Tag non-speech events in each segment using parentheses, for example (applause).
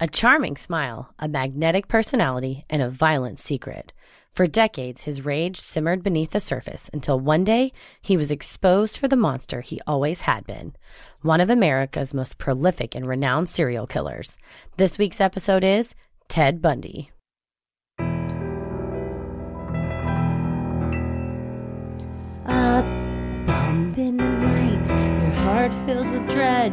A charming smile, a magnetic personality, and a violent secret. For decades, his rage simmered beneath the surface until one day he was exposed for the monster he always had been one of America's most prolific and renowned serial killers. This week's episode is Ted Bundy. A bump in the night, your heart fills with dread.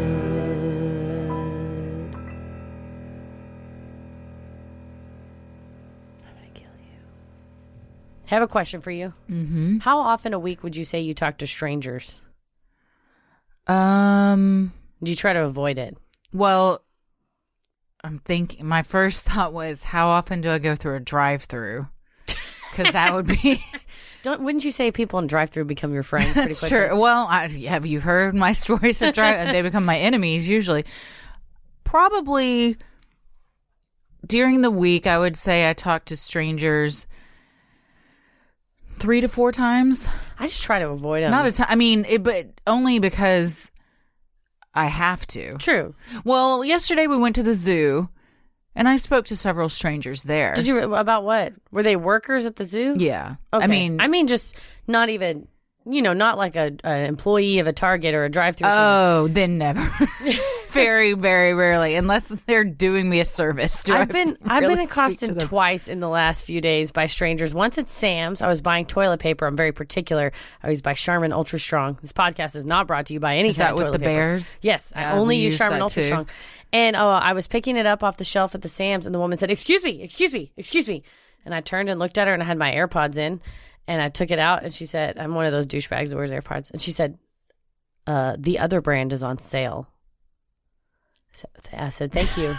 I'm gonna kill you. I have a question for you. Mm-hmm. How often a week would you say you talk to strangers? Um. Do you try to avoid it? Well, I'm thinking. My first (laughs) thought was, how often do I go through a drive-through? Because that would be Don't wouldn't you say people in drive-through become your friends (laughs) pretty quickly? sure. Well, I, have you heard my (laughs) stories of drive? they become my enemies usually. Probably during the week, I would say I talk to strangers three to four times. I just try to avoid them. Not a time. I mean, it, but only because I have to. True. Well, yesterday we went to the zoo, and I spoke to several strangers there. Did you about what? Were they workers at the zoo? Yeah. Okay. I mean, I mean, just not even. You know, not like a an employee of a Target or a drive-through. oh, then never. (laughs) very, very rarely, unless they're doing me a service. Do (laughs) I I've been I've really been speak to accosted them? twice in the last few days by strangers. Once at Sam's, I was buying toilet paper. I'm very particular. I was by Charmin Ultra Strong. This podcast is not brought to you by any Is kind that of with toilet the paper. bears? Yes, I Yeah, only we use use Charmin that Ultra too. Strong. And uh, I was picking it up off the shelf at the Sam's, and the woman said, "Excuse me, excuse me, excuse me." And I turned and looked at her, and I had my AirPods in, and I took it out, and she said, "I'm one of those douchebags that wears AirPods," and she said, uh, "The other brand is on sale." So I said, "Thank (laughs) you."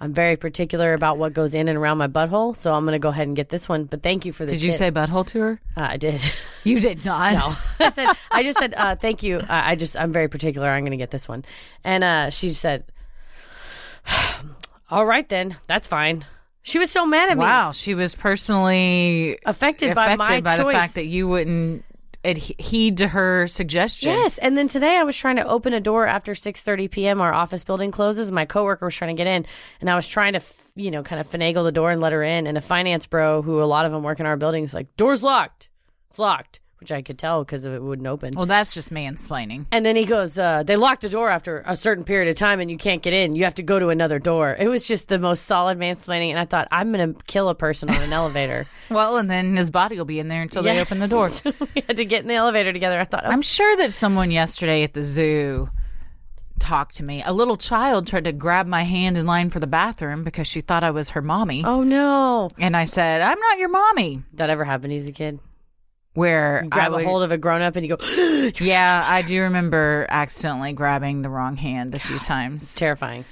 I'm very particular about what goes in and around my butthole, so I'm going to go ahead and get this one. But thank you for the. Did you tip. say butthole (laughs) to her? Uh, I did? You did not. no, I said I just said uh, thank you. I, I just I'm very particular. I'm going to get this one, and uh, she said, (sighs) "All right, then, that's fine." She was so mad at me, Wow, she was personally affected, by affected my by choice. the fact that you wouldn't adhe- heed to her suggestion. Yes, and then today I was trying to open a door after 6:30 p.m. Our office building closes. My coworker was trying to get in, and I was trying to, f- you know, kind of finagle the door and let her in. And a finance bro, who a lot of them work in our building, is like, "Door's locked. It's locked," which I could tell because it wouldn't open. Well, that's just mansplaining. And then he goes, uh, "They locked the door after a certain period of time, and you can't get in. You have to go to another door." It was just the most solid mansplaining, and I thought, "I'm gonna kill a person on an (laughs) elevator." Well, and then his body will be in there until they Yeah. open (laughs) the door. So we had to get in the elevator together. I thought, oh, I'm sure that someone yesterday at the zoo talked to me. A little child tried to grab my hand in line for the bathroom because she thought I was her mommy. "Oh no, And I said, I'm not your mommy. that ever happened to you as a kid." Where I grab would- a hold of a grown up and you go, (gasps) it's Yeah, I do remember accidentally grabbing the wrong hand (gasps) a few times. terrifying.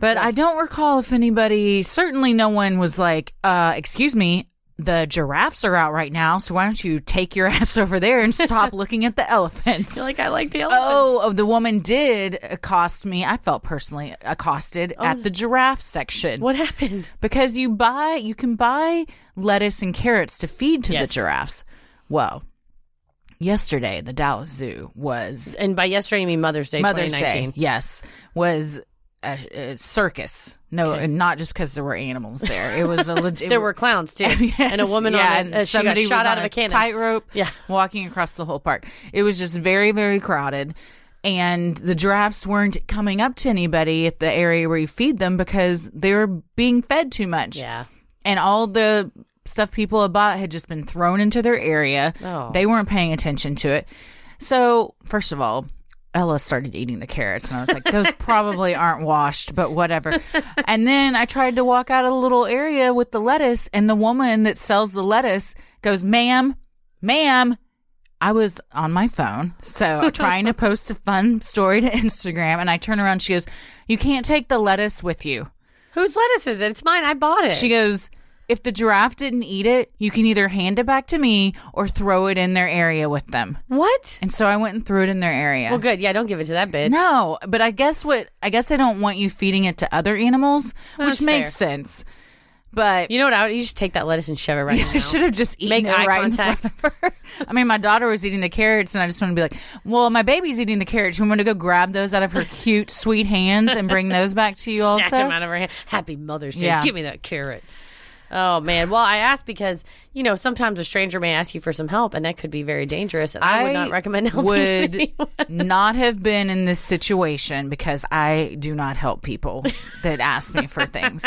But I don't recall if anybody, certainly no one was like, uh, excuse me, the giraffes are out right now, so why don't you take your (laughs) ass over there and stop looking at the elephants? You're like, I like the elephants. Oh, oh, the woman did accost me. I felt personally accosted at the giraffe section. Oh. What happened? Because you buy, you can buy lettuce and carrots to feed to Yes. the giraffes. Well, yesterday the Dallas Zoo was And by yesterday, you mean Mother's Day Mother's Day. 2019. Yes, was a, a circus. No, and not just because there were animals there. It (laughs) was a legit. There were clowns (laughs) too. and a woman yeah, on and a, uh, she got somebody was shot out on of a a cannon. tightrope. Yeah. walking across the whole park. It was just very, very crowded, and the giraffes weren't coming up to anybody at the area where you feed them because they were being fed too much. yeah. and all the stuff people had bought had just been thrown into their area. Oh. They weren't paying attention to it. So first of all. Ella started eating the carrots, and I was like, "Those probably aren't washed, but whatever." And then I tried to walk out of the little area with the lettuce, and the woman that sells the lettuce goes, "Ma'am, ma'am." I was on my phone, so trying to post a fun story to Instagram, and I turn around. She goes, "You can't take the lettuce with you." Whose lettuce is it? It's mine. I bought it. She goes, if the giraffe didn't eat it, you can either hand it back to me or throw it in their area with them. What? And so I went and threw it in their area. Well, good. Yeah, don't give it to that bitch. No, but I guess what I guess I don't want you feeding it to other animals, That's which makes sense. But You know what? I would, you just take that lettuce and shove it (laughs) right. in your (laughs) I mouth. should have just eaten Make it eye right contact. in front of her. I mean, my daughter was eating the carrots, and I just want to be like, "Well, my baby's eating the carrots. You want me to go grab those out of (laughs) her cute, sweet hands and bring those back to you snatch also?" him out of her hand. Happy Mother's Day. Yeah. Give me that carrot. Oh man. Well, I asked because you know sometimes a stranger may ask you for some help, and that could be very dangerous. And I, would not recommend helping (laughs) would anyone. not have been in this situation because I do not help people that ask me for (laughs) things,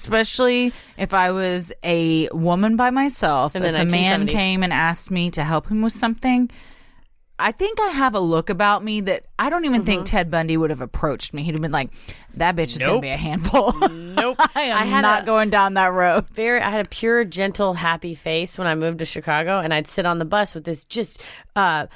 especially if I was a woman by myself. In the if a man 1970s. came and asked me to help him with something. I think I have a look about me that I don't even think Mm-hmm. Ted Bundy would have approached me. He'd have been like, "That bitch is gonna Nope. be a handful." (laughs) Nope. I am I had not a- going down that road. very I had a pure, gentle, happy face when I moved to Chicago, and I'd sit on the bus with this just uh,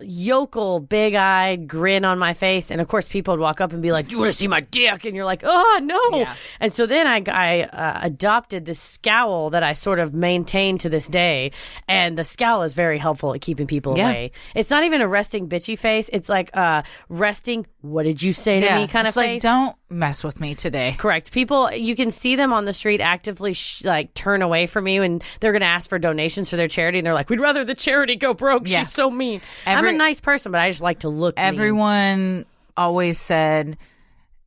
yokel, big eyed grin on my face, and of course people would walk up and be like, "Do you want to see my dick?" And you're like, "Oh no!" Yeah. And so then I, I uh, adopted this scowl that I sort of maintain to this day, and the scowl is very helpful at keeping people Yeah. away. It's not even a resting bitchy face; it's like uh, resting. What did you say to me? Kind it's of like, face. don't mess with me today. Correct. People, you can see them on the street actively sh- like turn away from you, and they're going to ask for donations for their charity, and they're like, "We'd rather the charity go broke." Yeah. She's so mean. I'm Every- a nice person, but I just like to look. mean. everyone always said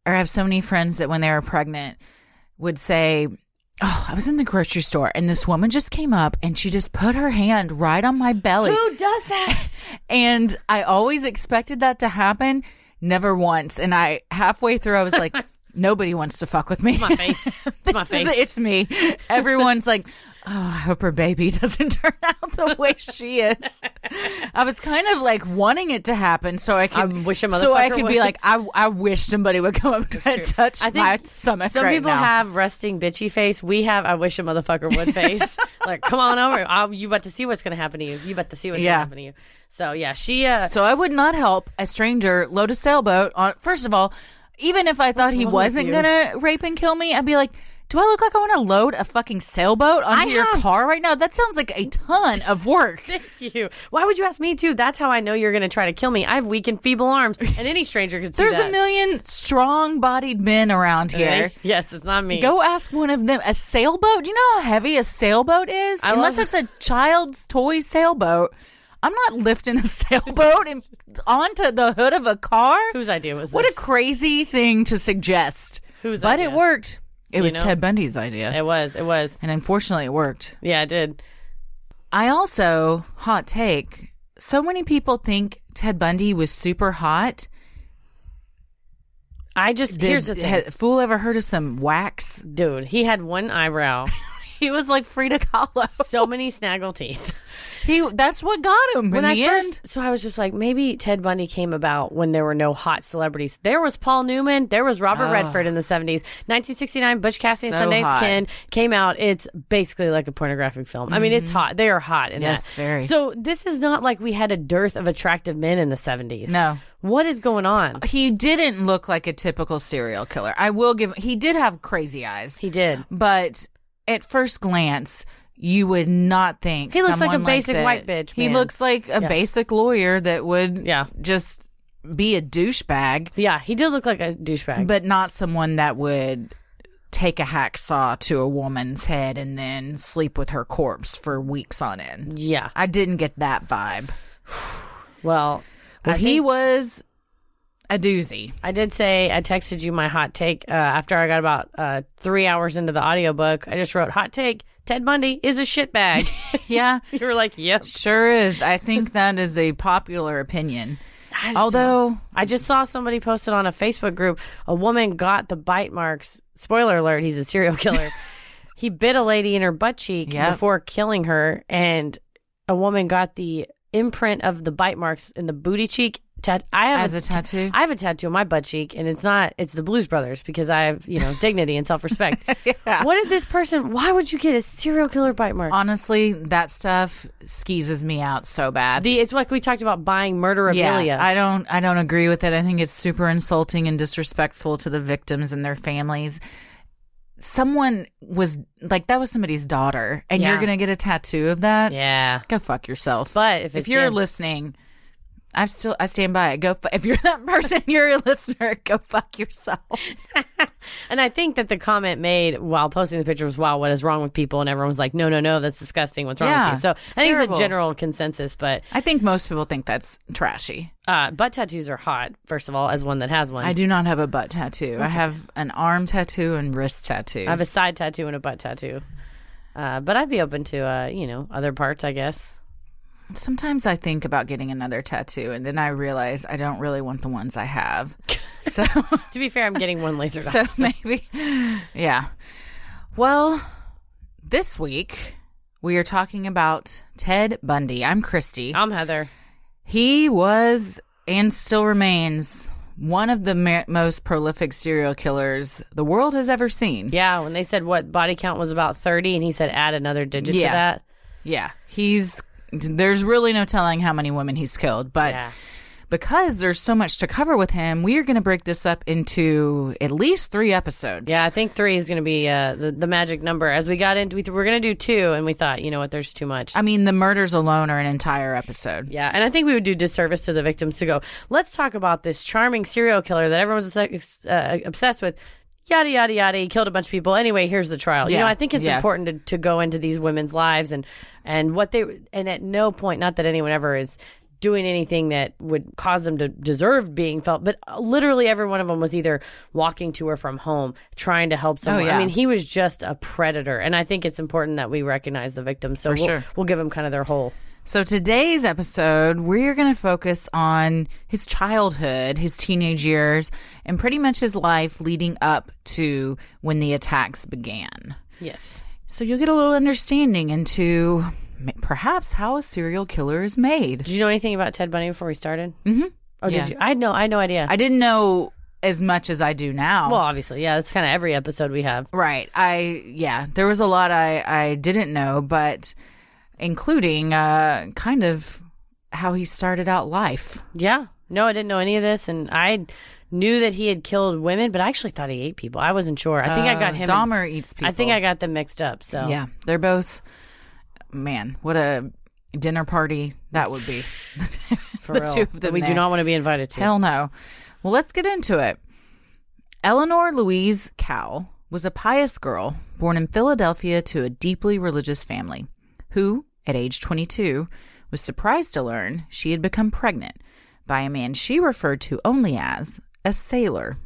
or I have so many friends that when they were pregnant would say oh i was in the grocery store and this woman just came up and she just put her hand right on my belly Who does (laughs) that? and i always expected that to happen never once and i halfway through i (laughs) was like nobody wants to fuck with me my face. (laughs) It's my face. it's me everyone's like oh i hope her baby (laughs) doesn't turn out the way she is i was kind of like wanting it to happen so i could I wish a so i motherfucker could would. be like I, I wish somebody would come up and True. touch my stomach Some right people now. have resting bitchy face. We have I wish a motherfucker (laughs) would face. like, come on over. i you about to see what's going to happen to you. You about to see what's going Yeah. to happen to you. So yeah, she. Uh, (laughs) so i would not help a stranger load a sailboat on first of all even if i thought he wrong with wasn't you? gonna rape and kill me i'd be like do I look like I want to load a fucking sailboat onto I your have- car right now? That sounds like a ton of work. Thank you. Why would you ask me too? That's how I know you're going to try to kill me. I have weak and feeble arms, and any stranger could see There's that. a million strong-bodied men around here. Okay? Yes, it's not me. Go ask one of them. A sailboat? Do you know how heavy a sailboat is? I Unless love- it's a child's toy sailboat. I'm not lifting a (laughs) sailboat and onto the hood of a car. Whose idea was What this? a crazy thing to suggest. Whose but it idea? worked. It was know? Ted Bundy's idea. it was. It was. and unfortunately, it worked. Yeah, it did. I also, hot take, so many people think Ted Bundy was super hot. I just here's the Did- thing, had- fool ever heard of some wax? dude. He had one (laughs) eyebrow, He was like Frida Kahlo. so many snaggle teeth. He that's what got him When in I the first, end. so I was just like, maybe Ted Bundy came about when there were no hot celebrities. There was Paul Newman, there was Robert Redford in the seventies, nineteen sixty nine. Butch Cassidy Ah. So and Sundance hot. Kid came out. It's basically like a pornographic film. I mean, it's hot. They are hot in Mm-hmm. Yes, this. very. So this is not like we had a dearth of attractive men in the seventies. No. Uh, what is going on? he didn't look like a typical serial killer. I will give he did have crazy eyes, He did. but at first glance, you would not think He looks like a someone basic that- white bitch, He man. looks like a basic lawyer that would Yeah. just be a douchebag, Yeah, he did look like a douchebag. but not someone that would take a hacksaw to a woman's head and then sleep with her corpse for weeks on end. yeah. I didn't get that vibe. Well, Well, I he think- was a doozy. I did say I texted you my hot take uh, after I got about uh, three hours into the audiobook. I just wrote hot take. Ted Bundy is a shitbag. (laughs) (laughs) Yeah. you were like, yep. Sure is. I think that is a popular opinion. I just- Although, I just saw somebody posted on a Facebook group a woman got the bite marks. Spoiler alert, he's a serial killer. (laughs) he bit a lady in her butt cheek Yep. before killing her, and a woman got the imprint of the bite marks in the booty cheek. Tat- I have as a tattoo, I have a tattoo on my butt cheek, and it's not. It's the Blues Brothers because I have, you know, dignity and self (laughs) respect. What did this person? Why would you get a serial killer bite Uh, mark? honestly, that stuff skeezes me out so bad. the it's like we talked about buying yeah, murderabilia. I don't. I don't agree with it. I think it's super insulting and disrespectful to the victims and their families. someone was like that was somebody's daughter, and you're Yeah. gonna get a tattoo of that. Yeah. Go fuck yourself. But if, if it's you're Jen- listening, I still I stand by it. Go fu- if you're (laughs) that person, you're a listener. Go fuck yourself. and I think that the comment made while posting the picture was, "Wow, what is wrong with people?" And everyone was like, "No, no, no, that's disgusting. What's wrong Yeah, with you?" So I it's think terrible. it's a general consensus, but I think most people think that's trashy. uh, butt tattoos are hot. First of all, as one that has one, I do not have a butt tattoo. I have an arm tattoo and wrist tattoo. I have a side tattoo and a butt tattoo. Uh, but I'd be open to uh, you know other parts, I guess. Sometimes I think about getting another tattoo, and then I realize I don't really want the ones I (laughs) have. So, To be fair, I'm getting one laser. so maybe, yeah. Well, this week we are talking about Ted Bundy. I'm Christy. I'm Heather. He was and still remains one of the ma- most prolific serial killers the world has ever seen. Yeah, when they said what body count was about 30, and he said add another digit Yeah. to that. Yeah. He's there's really no telling how many women he's killed, but Yeah. because there's so much to cover with him, we are going to break this up into at least 3 episodes. Yeah, I think three is going to be uh, the, the magic number. As we got into, we th- we're going to do two, and we thought, you know what, there's too much. I mean, the murders alone are an entire episode. Yeah, and I think we would do disservice to the victims to go, let's talk about this charming serial killer that everyone's obs- uh, obsessed with. Yada, yada, yada. He killed a bunch of people. Anyway, here's the trial. You Yeah, know, I think it's yeah. important to, to go into these women's lives and, and what they, and at no point, not that anyone ever is doing anything that would cause them to deserve being felt, but uh, literally every one of them was either walking to or from home, trying to help someone. Oh, yeah. I mean, he was just a predator. And I think it's important that we recognize the victims. So we'll, sure. we'll give them kind of their whole. So today's episode, we're going to focus on his childhood, his teenage years, and pretty much his life leading up to when the attacks began. Yes. So you'll get a little understanding into ma- perhaps how a serial killer is made. Did you know anything about Ted Bundy before we started? Mm-hmm. Oh, Yeah. did you? I had no, I had no idea. I didn't know as much as I do now. well, obviously, yeah. That's kind of every episode we have. right. I yeah, there was a lot I I didn't know, but including uh kind of how he started out life. Yeah. No, I didn't know any of this, and I knew that he had killed women, but I actually thought he ate people. I wasn't sure. I think I got Uh, him. and- Dahmer eats people. I think I got them mixed up. So Yeah, they're both man, what a dinner party that would (laughs) be. for (laughs) the real, two of them we do there. not want to be invited to. Hell no. Well, let's get into it. Eleanor Louise Cowell was a pious girl born in Philadelphia to a deeply religious family who, at age 22, was surprised to learn she had become pregnant by a man she referred to only as a sailor.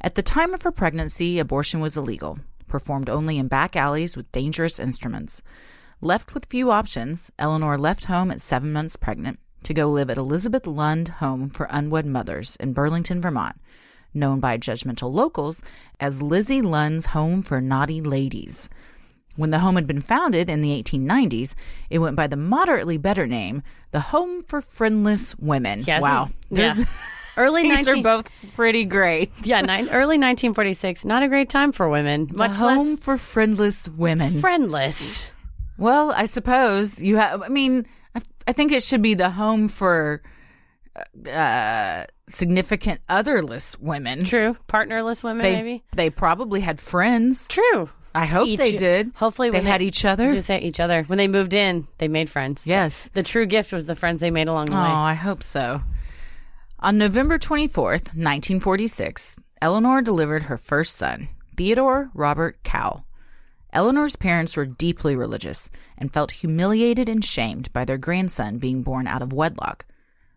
At the time of her pregnancy, abortion was illegal, performed only in back alleys with dangerous instruments. Left with few options, Eleanor left home at seven months pregnant to go live at Elizabeth Lund Home for Unwed Mothers in Burlington, Vermont, known by judgmental locals as Lizzie Lund's Home for Naughty Ladies. When the home had been founded in the 1890s, it went by the moderately better name, the Home for Friendless Women. Yeah, this wow. is- There's, (laughs) yeah. (laughs) early These are 19, both pretty great. (laughs) yeah, nine, early 1946. Not a great time for women, The much home less for friendless women. friendless. well, I suppose you have. I mean, I, I think it should be the home for uh, significant otherless women. True, partnerless women They maybe. they probably had friends. True. I hope Each- they did. Hopefully they when had they- each I was other. gonna say each other. When they moved in, they made friends. Yes. The true gift was the friends they made along the Oh, way. I hope so. On November 24th, 1946, Eleanor delivered her first son, Theodore Robert Cowell. Eleanor's parents were deeply religious and felt humiliated and shamed by their grandson being born out of wedlock.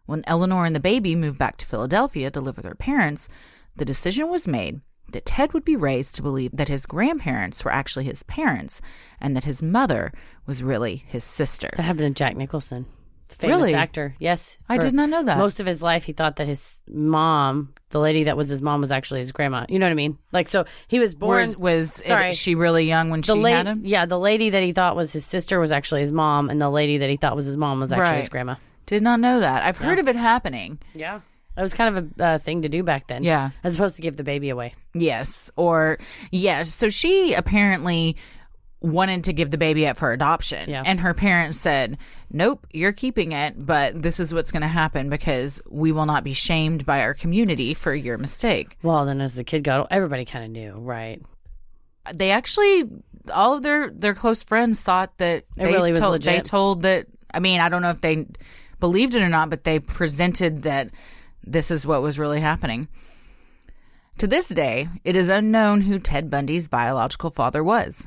When Eleanor and the baby moved back to Philadelphia to live with her parents, the decision was made that Ted would be raised to believe that his grandparents were actually his parents and that his mother was really his sister. That happened to Jack Nicholson, the famous Really? actor. Yes, I for did not know that. Most of his life, he thought that his mom, the lady that was his mom, was actually his grandma. You know what I mean? Like, so he was born. was was it- sorry, she really young when she the had lady, him? yeah, the lady that he thought was his sister was actually his mom, and the lady that he thought was his mom was actually his Right. grandma. Did not know that. I've heard of it happening. Yeah, it was kind of a uh, thing to do back then. Yeah. as opposed to give the baby away. Yes, or yes. So she apparently wanted to give the baby up for adoption, Yeah. and her parents said, "Nope, you're keeping it, but this is what's going to happen because we will not be shamed by our community for your mistake." Well, then as the kid got, everybody kind of knew, right? they actually all of their their close friends thought that they really was told, They legit. told that. I mean, I don't know if they believed it or not, but they presented that this is what was really happening. To this day, it is unknown who Ted Bundy's biological father was.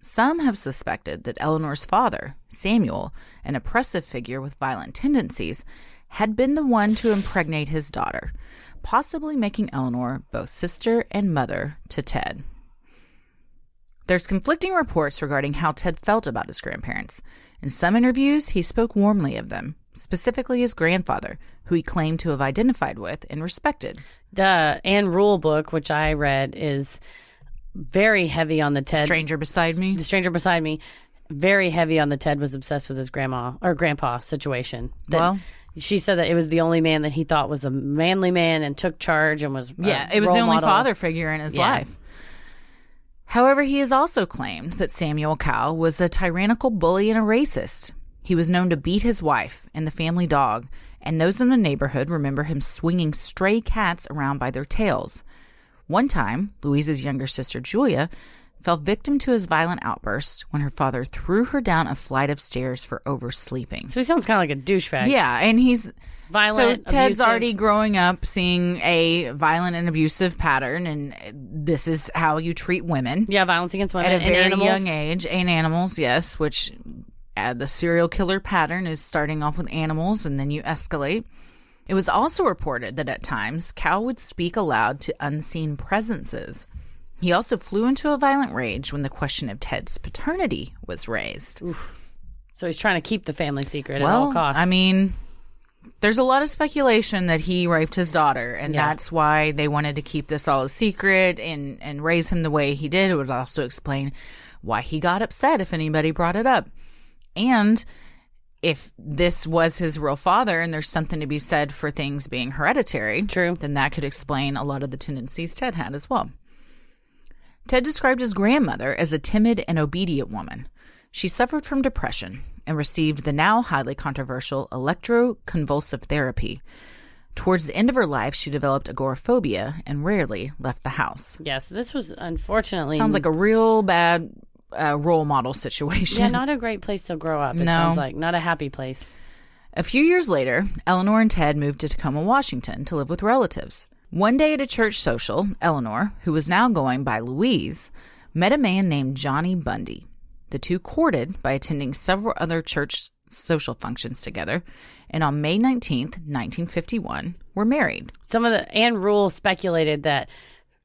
Some have suspected that Eleanor's father, Samuel, an oppressive figure with violent tendencies, had been the one to impregnate his daughter, possibly making Eleanor both sister and mother to Ted. There's conflicting reports regarding how Ted felt about his grandparents. In some interviews, he spoke warmly of them, specifically his grandfather, who he claimed to have identified with and respected. The Anne Rule book, which I read, is very heavy on the Ted. Stranger beside me. The stranger beside me, very heavy on the Ted was obsessed with his grandma or grandpa situation. That Well- she said that it was the only man that he thought was a manly man and took charge and was a Yeah, it was the role only model. father figure in his Yeah. life. However, he has also claimed that Samuel Cow was a tyrannical bully and a racist. He was known to beat his wife and the family dog, and those in the neighborhood remember him swinging stray cats around by their tails. One time, Louise's younger sister Julia fell victim to his violent outburst when her father threw her down a flight of stairs for oversleeping. So he sounds kind of like a douchebag. Yeah, and he's Violent, So Ted's abusive. already growing up seeing a violent and abusive pattern, and this is how you treat women yeah. Violence against women at a and very animals. young age. And animals, yes, which uh, the serial killer pattern is starting off with animals, and then you escalate. It was also reported that at times Cow would speak aloud to unseen presences. He also flew into a violent rage when the question of Ted's paternity was raised. So he's trying to keep the family secret at Well, all costs. I mean, there's a lot of speculation that he raped his daughter, and Yeah. that's why they wanted to keep this all a secret and and raise him the way he did. It would also explain why he got upset if anybody brought it up, and if this was his real father, and there's something to be said for things being hereditary, True. then that could explain a lot of the tendencies Ted had as well. Ted described his grandmother as a timid and obedient woman. She suffered from depression and received the now highly controversial electroconvulsive therapy. Towards the end of her life, she developed agoraphobia and rarely left the house. yeah. So this was unfortunately Sounds like a real bad uh, role model situation. (laughs) yeah, not a great place to grow up. It No. sounds like not a happy place. A few years later, Eleanor and Ted moved to Tacoma, Washington to live with relatives. One day at a church social, Eleanor, who was now going by Louise, met a man named Johnny Bundy. The two courted by attending several other church social functions together, and on May 19th, 1951, were married. some of the Anne Rule speculated that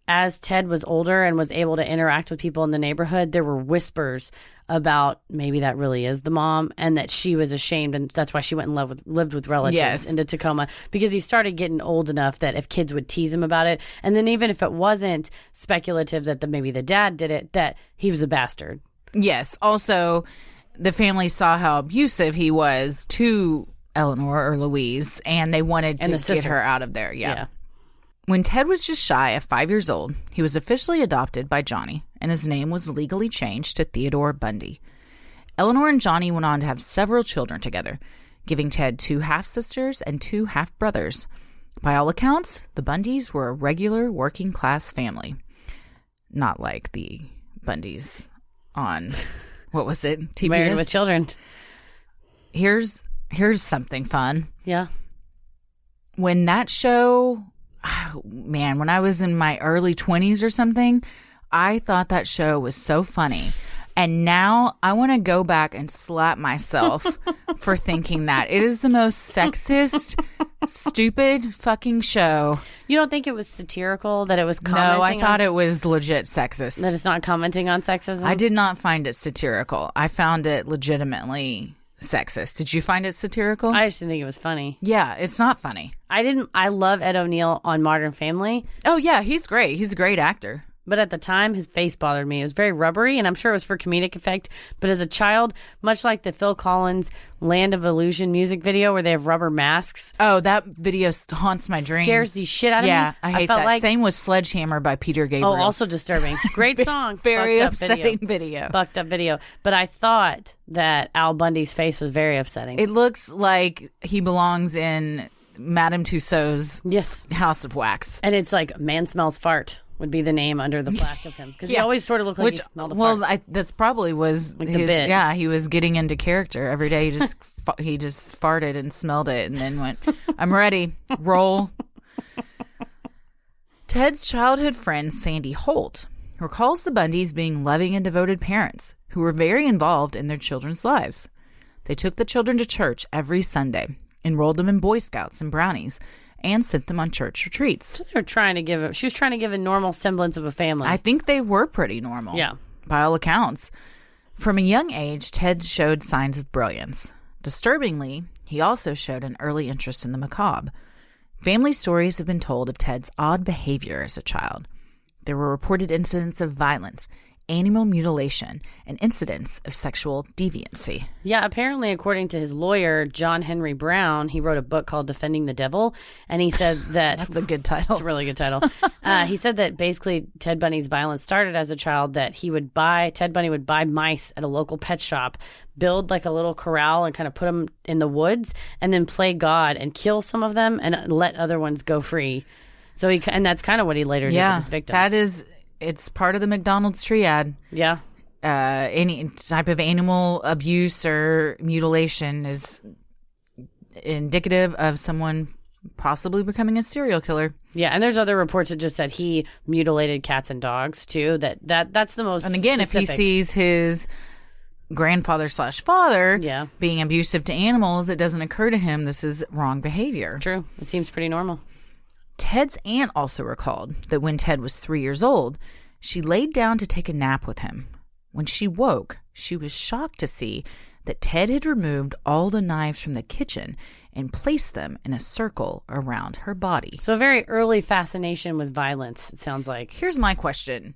as Ted was older and was able to interact with people in the neighborhood, there were whispers about maybe that really is the mom, and that she was ashamed, and that's why she went and lived with lived with relatives Yes. into Tacoma because he started getting old enough that if kids would tease him about it, and then even if it wasn't speculative that the, maybe the dad did it, that he was a bastard. Yes. Also, the family saw how abusive he was to Eleanor or Louise, and they wanted And the to get sister. her out of there. yeah. Yeah. When Ted was just shy of five years old, he was officially adopted by Johnny, and his name was legally changed to Theodore Bundy. Eleanor and Johnny went on to have several children together, giving Ted two half sisters and two half brothers. By all accounts, the Bundys were a regular working class family. Not like the Bundys on, what was it? TBS? Married with children. Here's, here's something fun Yeah. when that show (sighs) man when i was in my early 20s or something i thought that show was so funny and now i want to go back and (laughs) slap myself for thinking that it is the most sexist stupid fucking show You don't think it was satirical that it was commenting? no i thought on, it was legit that sexist it's not commenting on sexism. i did not find it satirical i found it legitimately sexist did you find it satirical I just didn't think it was funny. yeah it's not funny I didn't. I love Ed O'Neill on Modern Family, oh yeah he's great he's a great actor but at the time, his face bothered me. It was very rubbery, and I'm sure it was for comedic effect. But as a child, much like the Phil Collins "Land of Illusion" music video where they have rubber masks, Oh, that video s- haunts my dreams. scares the shit out of yeah, me. I hate felt that. like Same with Sledgehammer by Peter Gabriel. oh, also (laughs) disturbing. Great song, very fucked up upsetting video. (laughs) video. Fucked up video. But I thought that Al Bundy's face was very upsetting. It looks like he belongs in Madame Tussauds yes, House of Wax. and it's like man smells fart. would be the name under the plaque of him because he Yeah. always sort of looked like Which he smelled a well, fart. I, that's probably was Like the his, bit. yeah. He was getting into character every day. He just (laughs) fa- he just farted and smelled it, and then went, "I'm ready, roll." Ted's childhood friend Sandy Holt recalls the Bundys being loving and devoted parents who were very involved in their children's lives. They took the children to church every Sunday, enrolled them in Boy Scouts and Brownies, and sent them on church retreats. They were trying to give. A, she was trying to give a normal semblance of a family. I think they were pretty normal. yeah. by all accounts. From a young age, Ted showed signs of brilliance. Disturbingly, he also showed an early interest in the macabre. Family stories have been told of Ted's odd behavior as a child. There were reported incidents of violence, animal mutilation, and incidents of sexual deviancy. Yeah, apparently, according to his lawyer, John Henry Brown, he wrote a book called Defending the Devil, and he (laughs) said that That's a good title. It's a really good (laughs) title. uh, he said that basically Ted Bundy's violence started as a child that he would buy Ted Bundy would buy mice at a local pet shop, build like a little corral and kind of put them in the woods, and then play God and kill some of them and let other ones go free. So he and that's kind of what he later did yeah, with his victims. that is. It's part of the McDonald's triad. yeah. uh, any type of animal abuse or mutilation is indicative of someone possibly becoming a serial killer. Yeah, and there's other reports that just said he mutilated cats and dogs too. That that that's the most. And again, if he specific. sees his grandfather slash father Yeah. being abusive to animals, it doesn't occur to him this is wrong behavior. true, it seems pretty normal. Ted's aunt also recalled that when Ted was three years old, she laid down to take a nap with him. When she woke, she was shocked to see that Ted had removed all the knives from the kitchen and placed them in a circle around her body. So a very early fascination with violence. It sounds like. Here's my question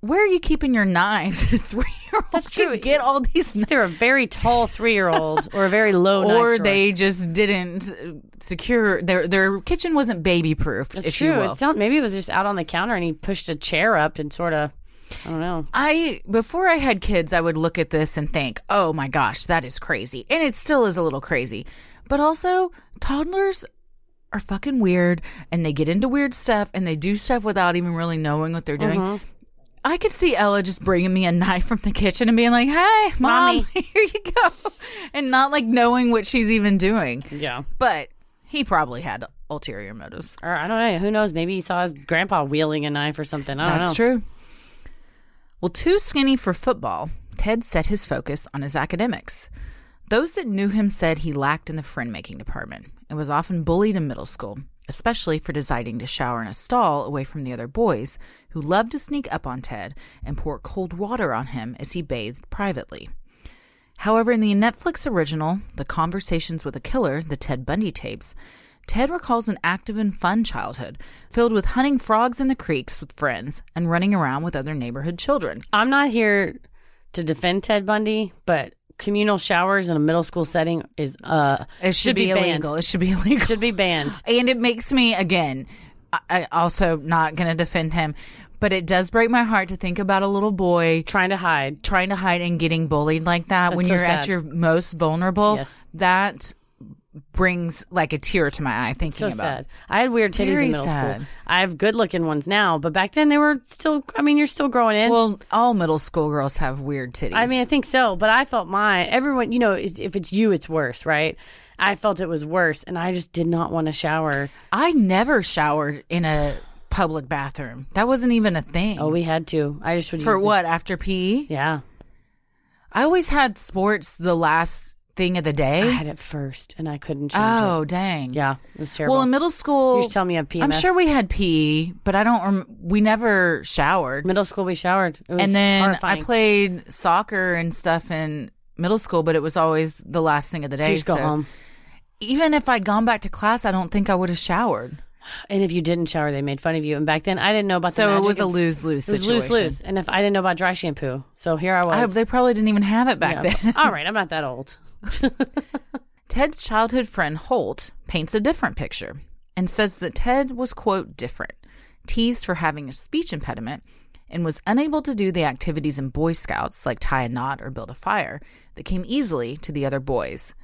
Where are you keeping your knives (laughs) at a three year old? That's true. Get all these It's either a very tall three year old or a very low knife or drawer. they just didn't secure their their kitchen wasn't baby proof That's if true. you will. It sound, maybe it was just out on the counter and he pushed a chair up and sort of, I don't know. I before I had kids, I would look at this and think, "Oh my gosh, that is crazy," and it still is a little crazy. But also, toddlers are fucking weird, and they get into weird stuff, and they do stuff without even really knowing what they're doing. I could see Ella just bringing me a knife from the kitchen and being like, "Hey, mom, Mommy." (laughs) here you go," and not like knowing what she's even doing. Yeah. But he probably had ulterior motives. Or I don't know. Who knows? Maybe he saw his grandpa wielding a knife or something. I don't know. That's true. Well, too skinny for football, Ted set his focus on his academics. Those that knew him said he lacked in the friend making department and was often bullied in middle school, especially for deciding to shower in a stall away from the other boys who loved to sneak up on Ted and pour cold water on him as he bathed privately. However, in the Netflix original, The Conversations with a Killer, the Ted Bundy tapes, Ted recalls an active and fun childhood filled with hunting frogs in the creeks with friends and running around with other neighborhood children. I'm not here to defend Ted Bundy, but communal showers in a middle school setting is, uh, It should, be, banned. illegal. It should be illegal. Should be banned. (laughs) And it makes me, again, I, I also not going to defend him, but it does break my heart to think about a little boy Trying to hide. trying to hide and getting bullied like that when That's so you're at sad. your most vulnerable. Yes. That brings like a tear to my eye thinking So about sad. I had weird titties Very in middle sad. school. I have good looking ones now, but back then they were still, I mean, you're still growing in. Well, all middle school girls have weird titties. I mean, I think so, but I felt mine. Everyone, you know, it's- if it's you, it's worse, right? I felt it was worse, and I just did not want to shower. I never showered in a public bathroom. That wasn't even a thing. Oh, we had to. I just would For use the- what? After PE? yeah, I always had sports the last thing of the I day. had it first, and I couldn't change it. Oh, dang. Yeah, it was terrible. Well, in middle school, you should tell me you have PMS. I'm sure we had PE, but I don't. Rem- we never showered. middle school we showered, It was And then horrifying. I played soccer and stuff in middle school, but it was always the last thing of the day. Just go so home, Even if I'd gone back to class, I don't think I would have showered. and if you didn't shower, they made fun of you. And back then, I didn't know about the So it magic was a of- lose lose It was loose, situation. loose. And if I didn't know about dry shampoo, so here I I, was. they probably didn't even have it back Yeah. then. (laughs) (laughs) All right, I'm not that old. Ted's childhood friend Holt paints a different picture and says that Ted was, quote, different, teased for having a speech impediment, and was unable to do the activities in Boy Scouts like tie a knot or build a fire that came easily to the other boys.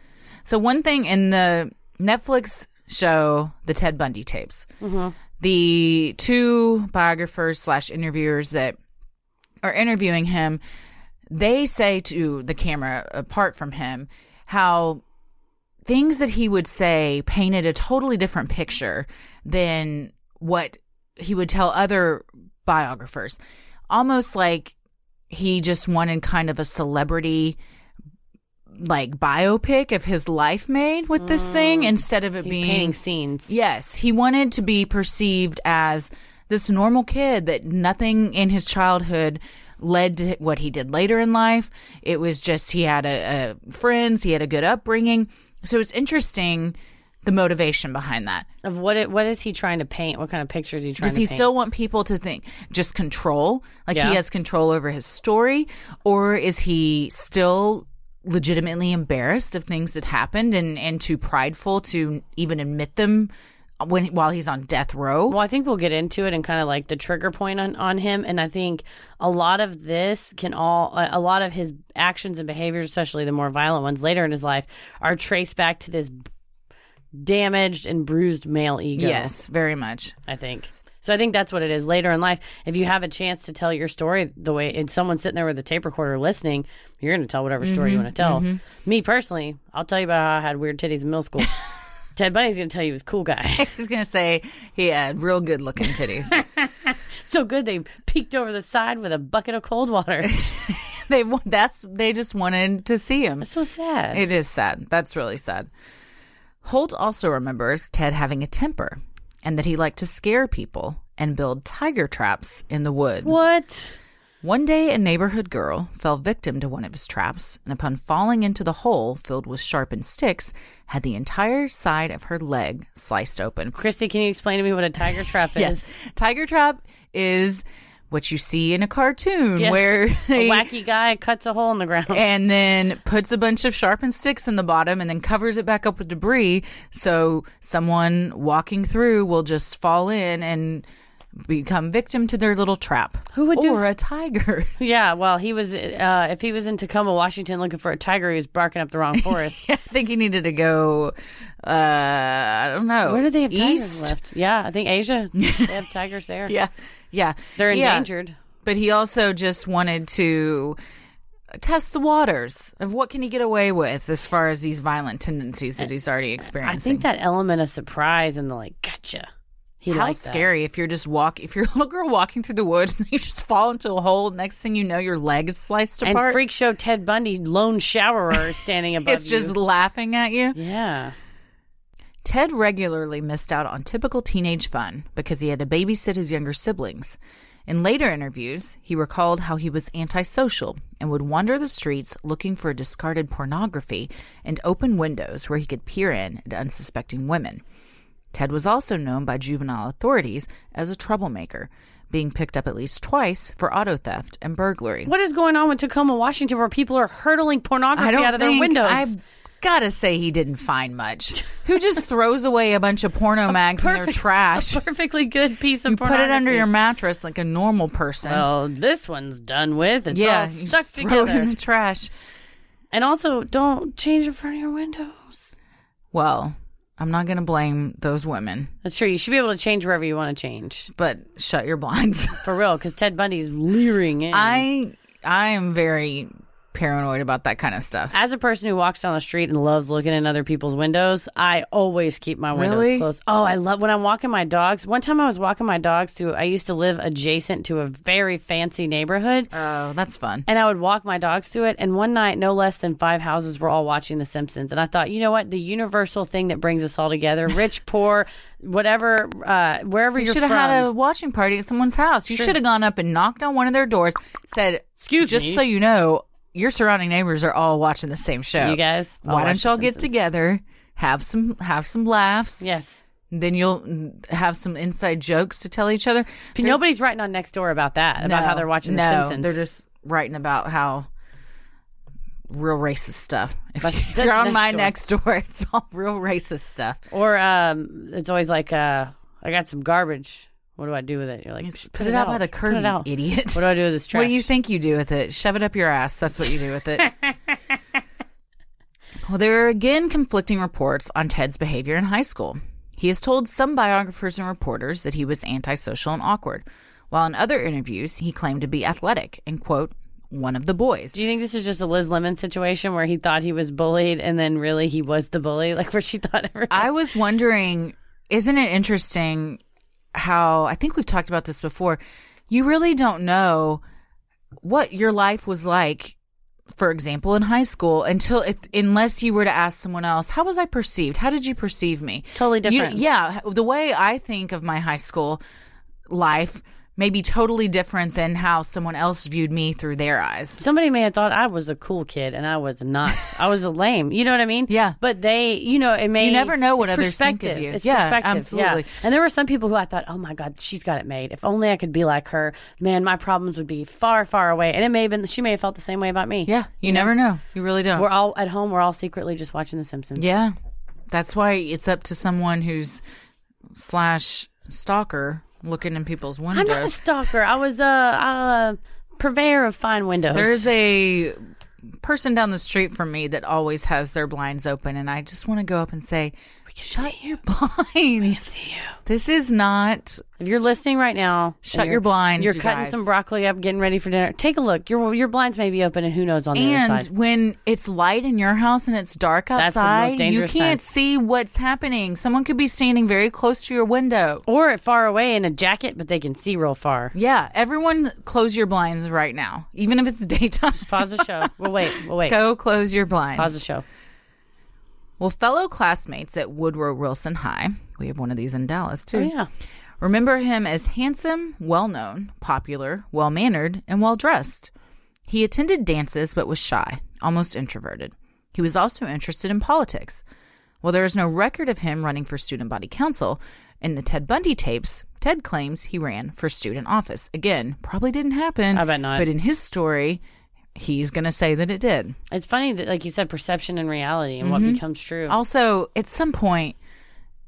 So, one thing in the Netflix show, The Ted Bundy Tapes, the two biographers slash interviewers that are interviewing him, they say to the camera, apart from him, how things that he would say painted a totally different picture than what he would tell other biographers. Almost like he just wanted kind of a celebrity like biopic of his life made with this thing instead of Mm. it He's being painting scenes. Yes, he wanted to be perceived as this normal kid that nothing in his childhood led to what he did later in life. It was just he had a, a friends, he had a good upbringing. So it's interesting the motivation behind that. Of what? It, what is he trying to paint? What kind of pictures is he trying Does to he paint? still want people to think just control, like Yeah. he has control over his story, or is he still legitimately embarrassed of things that happened and and too prideful to even admit them when while he's on death row? Well, I think we'll get into it and kind of like the trigger point on, on him. And I think a lot of this can all, a a lot of his actions and behaviors, especially the more violent ones later in his life, are traced back to this damaged and bruised male ego. Yes, very (laughs) much. I think. So I think that's what it is. Later in life, if you have a chance to tell your story the way, and someone's sitting there with a tape recorder listening, you're going to tell whatever story Mm-hmm, you want to tell. Me personally, I'll tell you about how I had weird titties in middle (laughs) school. Ted Bundy's going to tell you he was a cool guy. (laughs) He's gonna say he had real good looking (laughs) titties. so good they peeked over the side with a bucket of cold water. they wa- that's they just wanted to see him. so sad. It is sad. That's really sad. Holt also remembers Ted having a temper and that he liked to scare people and build tiger traps in the woods. what? One day, a neighborhood girl fell victim to one of his traps and, upon falling into the hole filled with sharpened sticks, had the entire side of her leg sliced open. Christy, can you explain to me what a tiger (laughs) trap is? Tiger trap is what you see in a cartoon Yes. where a (laughs) they- wacky guy cuts a hole in the ground. (laughs) and then puts a bunch of sharpened sticks in the bottom and then covers it back up with debris so someone walking through will just fall in and become victim to their little trap. Who would or do- Or a tiger. (laughs) yeah, well, he was uh, if he was in Tacoma, Washington, looking for a tiger, he was barking up the wrong forest. I think he needed to go uh I don't know. Where do they have East? tigers left? Yeah, I think (laughs) Asia. they have tigers there. Yeah. Yeah. They're Yeah. endangered. But he also just wanted to test the waters of what can he get away with as far as these violent tendencies that he's already experiencing. I think that element of surprise and the like, gotcha. He How liked that. scary if you're just walk if you're a little girl walking through the woods (laughs) and you just fall into a hole. Next thing you know, your leg is sliced And apart. freak show Ted Bundy, lone showerer, (laughs) is standing above it's just you. laughing at you. yeah. Ted regularly missed out on typical teenage fun because he had to babysit his younger siblings. In later interviews, he recalled how he was antisocial and would wander the streets looking for discarded pornography and open windows where he could peer in at unsuspecting women. Ted was also known by juvenile authorities as a troublemaker, being picked up at least twice for auto theft and burglary. What is going on with Tacoma, Washington, where people are hurtling pornography out of their windows? I've gotta say he didn't find much. Who just throws away a bunch of (laughs) porno mags in their perfect- (laughs) trash? A perfectly good piece of You put it under pornography. your mattress like a normal person. Well, this one's done with. It's yeah, all you stuck just (laughs) throw it together. in the trash. and also, don't change in front of your windows. Well, I'm not gonna blame those women, That's true. You should be able to change wherever you want to change. but shut (laughs) your blinds. For real, because Ted Bundy's leering in. I I am very paranoid about that kind of stuff. As a person who walks down the street and loves looking in other people's windows, I always keep my windows Really? closed. Oh, I love when I'm walking my dogs. One time I was walking my dogs through, I used to live adjacent to a very fancy neighborhood. Oh, that's fun. And I would walk my dogs to it. And one night, no less than five houses were all watching The Simpsons. And I thought, you know what? The universal thing that brings us all together (laughs) rich, poor, whatever, uh, wherever You you're should from. have had a watching party at someone's house. You should have gone up and knocked on one of their doors, said, Excuse just me." so you know, your surrounding neighbors are all watching the same show. you guys. all Why watch don't The y'all get Simpsons." together, have some have some laughs, Yes. then you'll have some inside jokes to tell each other. But Nobody's writing on next door about that, about how they're watching no, The Simpsons. They're just writing about how real racist stuff. If That's- you're that's on my next next door, (laughs) it's all real racist stuff. Or um, it's always like, uh, I got some garbage. What do I do with it? You're like, Put, it out by the curb, Put it you out. idiot. What do I do with this trash? What do you think you do with it? Shove it up your ass. That's what you do with it. well, there are again conflicting reports on Ted's behavior in high school. He has told some biographers and reporters that he was antisocial and awkward, while in other interviews, he claimed to be athletic and, quote, one of the boys. Do you think this is just a Liz Lemon situation where he thought he was bullied and then really he was the bully? (laughs) Like where she thought everyone. I was wondering, isn't it interesting how I think we've talked about this before? You really don't know what your life was like, for example, in high school until it, unless you were to ask someone else, how was I perceived? How did you perceive me? (laughs) Totally You- different. yeah. The way I think of my high school life may be totally different than how someone else viewed me through their eyes. Somebody may have thought I was a cool kid and I was not. I was a lame. You know what I mean? Yeah. But they, you know, it may. You never know what it's others think of perspective. you. It's Yeah, perspective. absolutely. Yeah. And there were some people who I thought, oh my God, she's got it made. If only I could be like her, man, my problems would be far, far away. And it may have been, she may have felt the same way about me. Yeah. You, never know. You really don't. We're all at home, we're all secretly just watching The Simpsons. Yeah. That's why it's up to someone who's slash stalker looking in people's I'm not a windows. stalker. I was a, a purveyor of fine windows. There's a person down the street from me that always has their blinds open and I just want to go up and say, we can Shut your blinds. See you. This is not If you're listening right now, Shut and your blinds, You're you cutting guys. some broccoli up, getting ready for dinner. Take a look. Your your blinds may be open, and who knows on the other and side. when it's light in your house and it's dark That's the most outside, you dangerous can't time. see what's happening. Someone could be standing very close to your window. Or far away in a jacket, but they can see real far. Yeah, everyone close your blinds right now, even if it's (laughs) daytime. Pause the (laughs) show. Well, wait. Well, wait. Go close your blinds. Pause the show. Well, fellow classmates at Woodrow Wilson High, we have one of these in Dallas too. Oh, yeah. Remember him as handsome, well known, popular, well mannered, and well dressed. He attended dances but was shy, almost introverted. He was also interested in politics. While there is no record of him running for student body council, in the Ted Bundy tapes, Ted claims he ran for student office. Again, probably didn't happen. I bet not. But in his story, he's going to say that it did. It's funny that, like you said, perception and reality and Mm-hmm. what becomes true. Also, at some point,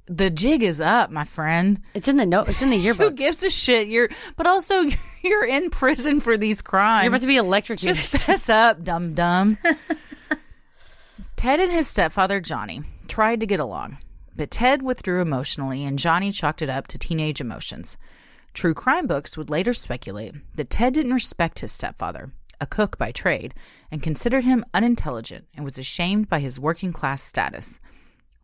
the jig is up, my friend. it's in the note. It's in the Who (laughs) yearbook. gives a shit? You're, but also (laughs) you're in prison for these crimes. You're about to be electrocuted. (laughs) Just fess up, dum dum. (laughs) Ted and his stepfather Johnny tried to get along, but Ted withdrew emotionally, and Johnny chalked it up to teenage emotions. True crime books would later speculate that Ted didn't respect his stepfather, a cook by trade, and considered him unintelligent and was ashamed by his working class status.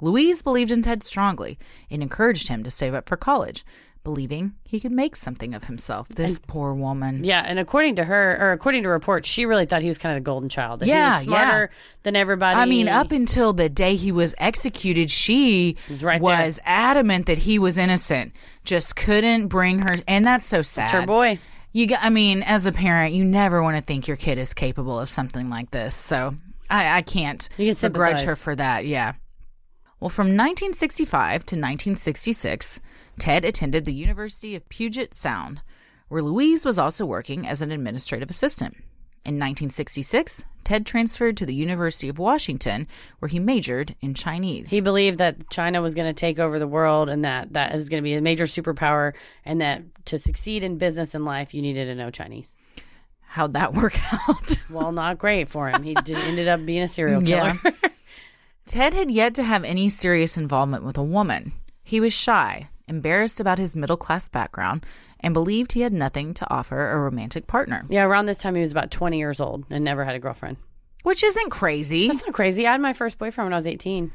Louise believed in Ted strongly and encouraged him to save up for college, believing he could make something of himself. This poor woman. (laughs) Yeah, and according to her, or according to reports, she really thought he was kind of the golden child. That he Yeah, was smarter than everybody. I mean, up until the day he was executed, she was right there. was adamant that he was innocent. Just couldn't bring her, and that's so sad. it's her boy. You, got, I mean, as a parent, you never want to think your kid is capable of something like this. So I, I can't You can begrudge sympathize. her for that. Yeah. Well, from 1965 to 1966, Ted attended the University of Puget Sound, where Louise was also working as an administrative assistant. In 1966, Ted transferred to the University of Washington, where he majored in Chinese. He believed that China was going to take over the world and that that is going to be a major superpower and that to succeed in business and life, you needed to know Chinese. How'd that work (laughs) out? Well, not great for him. He did, ended up being a serial killer. (laughs) Yeah. Ted had yet to have any serious involvement with a woman. He was shy, embarrassed about his middle class background, and believed he had nothing to offer a romantic partner, Yeah, around this time, he was about 20 years old and never had a girlfriend. which isn't crazy. That's not crazy. I had my first boyfriend when I was 18.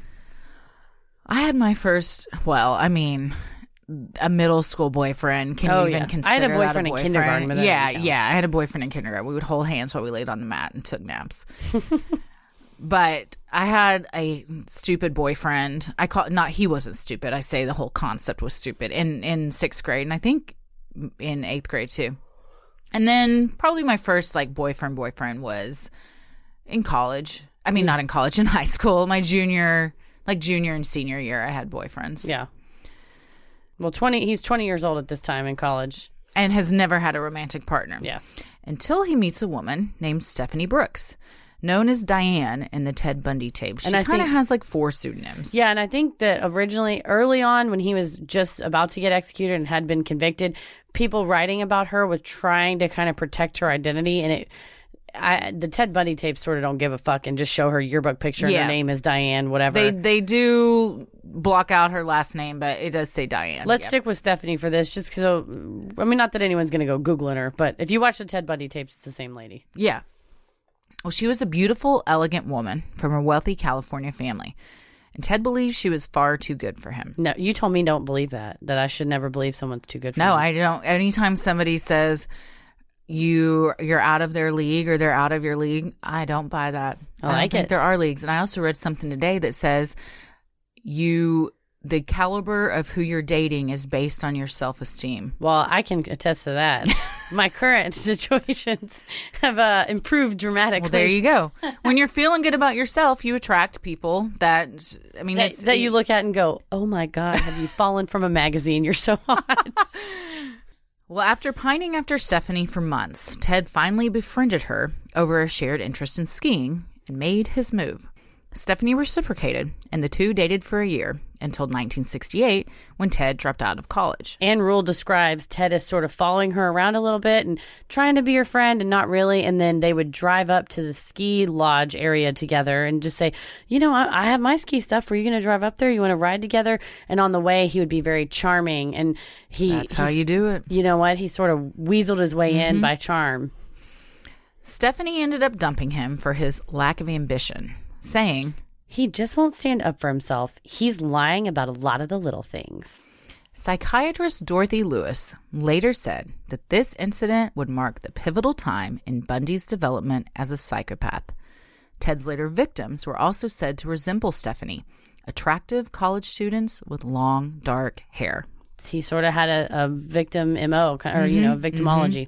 I had my first, well, I mean, a middle school boyfriend. Can Oh, you even yeah. consider I had a that boyfriend in boyfriend? kindergarten, but that yeah, doesn't count. yeah, I had a boyfriend in kindergarten. We would hold hands while we laid on the mat and took naps. (laughs) but I had a stupid boyfriend. I call not he wasn't stupid. I say the whole concept was stupid in in sixth grade, and I think in eighth grade too. And then probably my first like boyfriend boyfriend was in college. I mean, not in college, in (laughs) high school. My junior, like junior and senior year, I had boyfriends. Yeah. Well, 20, he's 20 years old at this time in college. and has never had a romantic partner. Yeah. Until he meets a woman named Stephanie Brooks, known as Diane in the Ted Bundy tape. She And I kind of think- has like four pseudonyms. Yeah, and I think that originally, early on, when he was just about to get executed and had been convicted, people writing about her were trying to kind of protect her identity, and it. I, the Ted Bundy tapes sort of don't give a fuck and just show her yearbook picture and Yeah. her name is Diane, whatever. They they do block out her last name, but it does say Diane. Let's stick with Stephanie for this, just because. I mean, not that anyone's going to go googling her, but if you watch the Ted Bundy tapes, it's the same lady. Yeah. Well, she was a beautiful, elegant woman from a wealthy California family, and Ted believes she was far too good for him. No, you told me don't believe that. That I should never believe someone's too good. for No, me. I don't. Anytime somebody says you you're out of their league or they're out of your league, I don't buy that. I don't like think it. there are leagues. And I also read something today that says you the caliber of who you're dating is based on your self esteem. Well, I can attest to (laughs) that. My current (laughs) situations have uh, improved dramatically. Well, there (laughs) you go. when you're feeling good about yourself, you attract people that I mean that, it's, that you look at and go, "Oh my God, have you fallen from a magazine? You're so (laughs) hot." Well, after pining after Stephanie for months, Ted finally befriended her over a shared interest in skiing and made his move. Stephanie reciprocated, and the two dated for a year until 1968 when Ted dropped out of college. Anne Rule describes Ted as sort of following her around a little bit and trying to be her friend and not really. And then they would drive up to the ski lodge area together and just say, You know, I, I have my ski stuff. Are you going to drive up there? You want to ride together? And on the way, he would be very charming. And he, That's how he's- you do Mm-hmm. it. you know what? He sort of weaseled his way in by charm. Stephanie ended up dumping him for his lack of ambition, saying, He just won't stand up for himself. He's lying about a lot of the little things. Psychiatrist Dorothy Lewis later said that this incident would mark the pivotal time in Bundy's development as a psychopath. Ted's later victims were also said to resemble Stephanie, attractive college students with long, dark hair. He sort of had a, a victim MO, or, you Mm-hmm. know, victimology.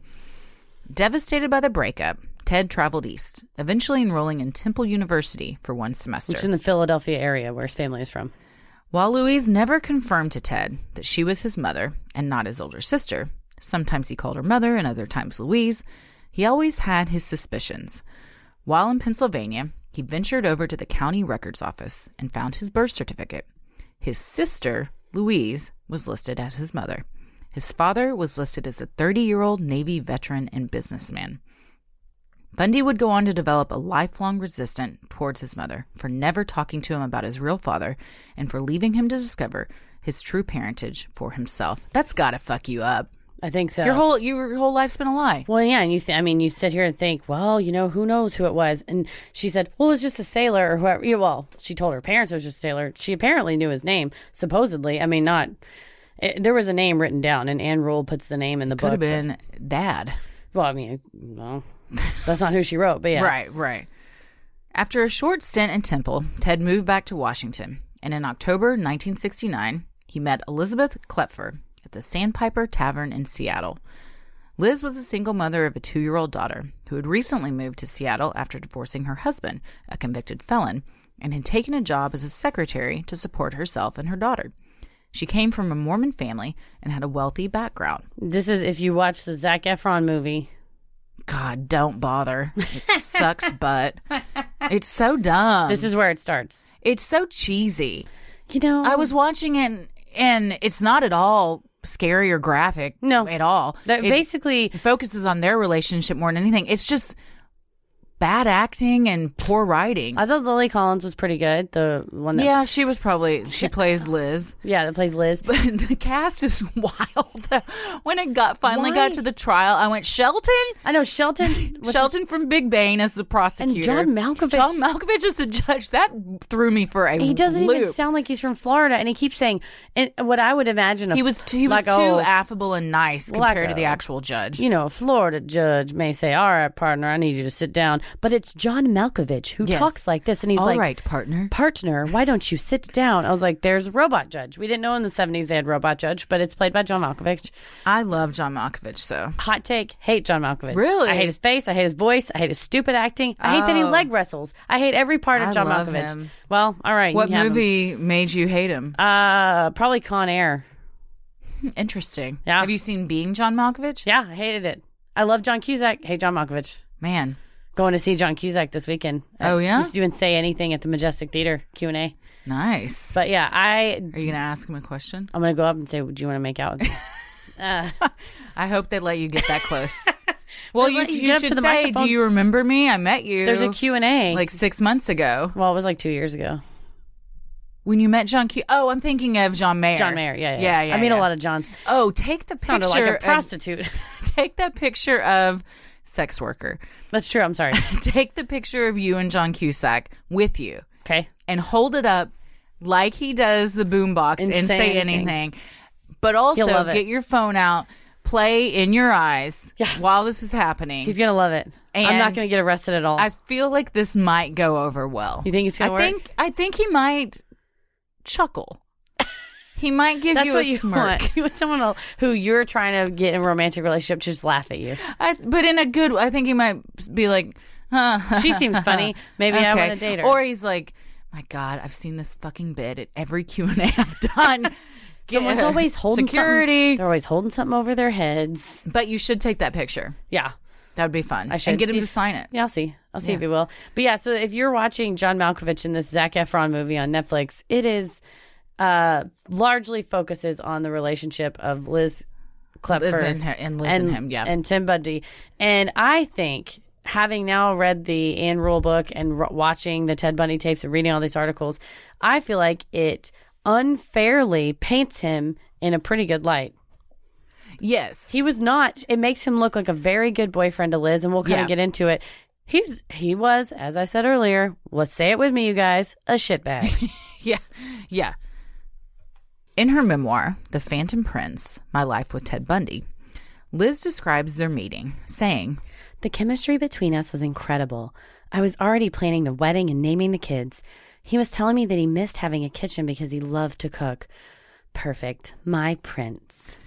Devastated by the breakup, Ted traveled east, eventually enrolling in Temple University for one semester. It's in the Philadelphia area where his family is from. While Louise never confirmed to Ted that she was his mother and not his older sister, sometimes he called her mother and other times Louise, he always had his suspicions. While in Pennsylvania, he ventured over to the county records office and found his birth certificate. His sister, Louise, was listed as his mother. His father was listed as a 30 year old Navy veteran and businessman. Bundy would go on to develop a lifelong resentment towards his mother for never talking to him about his real father and for leaving him to discover his true parentage for himself. That's gotta fuck you up. I think so. Your whole your whole life's been a lie. well, yeah, and you. Th- I mean, you sit here and think, well, you know, who knows who it was? And she said, well, it was just a sailor or whoever. Yeah, well, she told her parents it was just a sailor. She apparently knew his name, supposedly. I mean, not. It, there was a name written down, and Anne Rule puts the name in the Could book. have been dad. Well, I mean, no, that's not who she wrote, but yeah, Right, right. After a short stint in Temple, Ted moved back to Washington, and in October 1969, he met Elizabeth Klepfer at the Sandpiper Tavern in Seattle. Liz was a single mother of a two year old daughter who had recently moved to Seattle after divorcing her husband, a convicted felon, and had taken a job as a secretary to support herself and her daughter. She came from a Mormon family and had a wealthy background. This is if you watch the Zac Efron movie. God, don't bother. It sucks, but it's so dumb. This is where it starts. It's so cheesy. You know, I was watching it, and, and it's not at all scary or graphic. No. at all. Mm. that it basically focuses on their relationship more than anything. It's just bad acting and poor writing. I thought Lily Collins was pretty good. The one that yeah, she was (laughs) probably she plays Liz. (laughs) yeah that plays Liz. But the cast is (laughs) wild. When it got finally Why? got to the trial, I went Shelton, I know Shelton. (laughs) what's his- Shelton from Big Bane as the prosecutor, John Malkovich. John Malkovich is the judge. That threw me for a He doesn't even loop. sound like he's from Florida, and he keeps saying and what I would imagine. A, He was too, he like, was too oh, affable and nice Like compared to the a- actual judge. you know, a Florida judge may say, "All right, partner, I need you to sit down," but it's John Malkovich who Yes. talks like this, and he's All right, like, partner. "Partner, why don't you sit down?" I was like, "There's Robot Judge." We didn't know in the '70s they had Robot Judge, but it's played by John Malkovich. I love John Malkovich though. Hot take: Hate John Malkovich. Really? I hate his face. I hate his voice. I hate his stupid acting. I hate that he Oh. leg wrestles. I hate every part of I John love Malkovich. him. Well, all right. What you have him. movie made you hate him? Uh, probably Con Air. Interesting. Yeah. Have you seen Being John Malkovich? Yeah, I hated it. I love John Cusack. Hey, John Malkovich. Man, Going to see John Cusack this weekend. Oh, Uh, yeah? he's doing "Say Anything" at the Majestic Theater Q and A. nice. But yeah, I Are you gonna ask him a question? I'm gonna go up and say, "Do you want to make out?" with me?" I hope they let you get that close. (laughs) Well, They you, let you you get up should to the say, microphone. "Do you remember me? I met you." There's a Q and A. like six months ago well, it was like two years ago. when you met John Q. Oh, I'm thinking of John Mayer. John Mayer. Yeah, yeah. yeah. I meet a lot of Johns. Oh, take the picture. Sounded like a of- prostitute. (laughs) (laughs) take that picture of sex worker. That's true. I'm sorry. (laughs) Take the picture of you and John Cusack with you Okay. and hold it up like he does the boombox And and, say say anything. anything. But He'll also love it. get your phone out, play in your eyes Yeah. while this is happening. He's gonna love it. I'm not And- gonna get arrested at all. I feel like this might go over well. You think it's gonna I work? think I think he might chuckle. he might give That's you what a you smirk. want. (laughs) You want someone else who you're trying to get in a romantic relationship to just laugh at you. I, but in a good I think he might be like, huh. She seems (laughs) funny. Maybe I Okay. want to date her. Or he's like, my God, I've seen this fucking bid at every (laughs) Q and A I've done. (laughs) someone's always holding something- security. They're always holding something over their heads. But you should take that picture. Yeah. That would be fun. I should and get see- him to (laughs) sign it. Yeah, I'll see. I'll see if he will. But yeah, so if you're watching John Malkovich in this Zach Efron movie on Netflix, it is uh largely focuses on the relationship of Liz Klepfer Liz and, her, and Liz and, him. Yeah. and Tim Bundy. And I think having now read the Anne Rule book and r- watching the Ted Bundy tapes and reading all these articles, I feel like it unfairly paints him in a pretty good light. yes. He was not. It makes him look like a very good boyfriend to Liz, and we'll kind of Yeah. get into it. He's he was, as I said earlier. Let's say it with me, you guys. A shitbag. (laughs) yeah. Yeah. In her memoir, The Phantom Prince My Life with Ted Bundy, Liz describes their meeting, saying, the chemistry between us was incredible. I was already planning the wedding and naming the kids. He was telling me that he missed having a kitchen because he loved to cook. Perfect, my prince.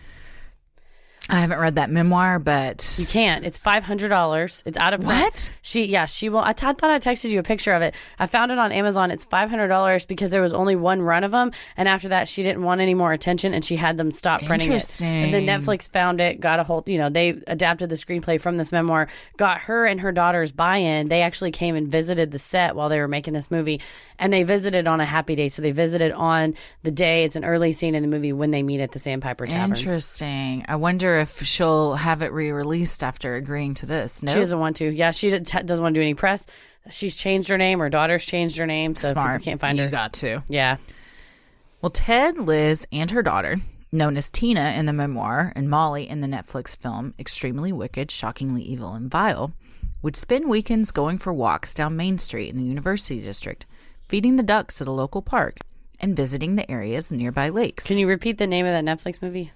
I haven't read that memoir, but You can't. It's five hundred dollars. It's out of print. What? She yeah. She will. I t- I thought I texted you a picture of it. I found it on Amazon. It's five hundred dollars because there was only one run of them, and after that she didn't want any more attention, and she had them stop printing it. And then Interesting. Netflix found it, got a hold. You know, they adapted the screenplay from this memoir, got her and her daughter's buy-in. They actually came and visited the set while they were making this movie, and they visited on a happy day. So they visited on the day. It's an early scene in the movie when they meet at the Sandpiper Tavern. Interesting. I wonder if she'll have it re-released after agreeing to this. No, She doesn't want to. Yeah, she did- t- doesn't want to do any press. She's changed her name. Her daughter's changed her name, so smart. people can't find you her. got to. yeah, Well, Ted, Liz, and her daughter, known as Tina in the memoir and Molly in the Netflix film Extremely Wicked, Shockingly Evil, and Vile, would spend weekends going for walks down Main Street in the University District, feeding the ducks at a local park, and visiting the area's nearby lakes. can you repeat the name of that Netflix movie?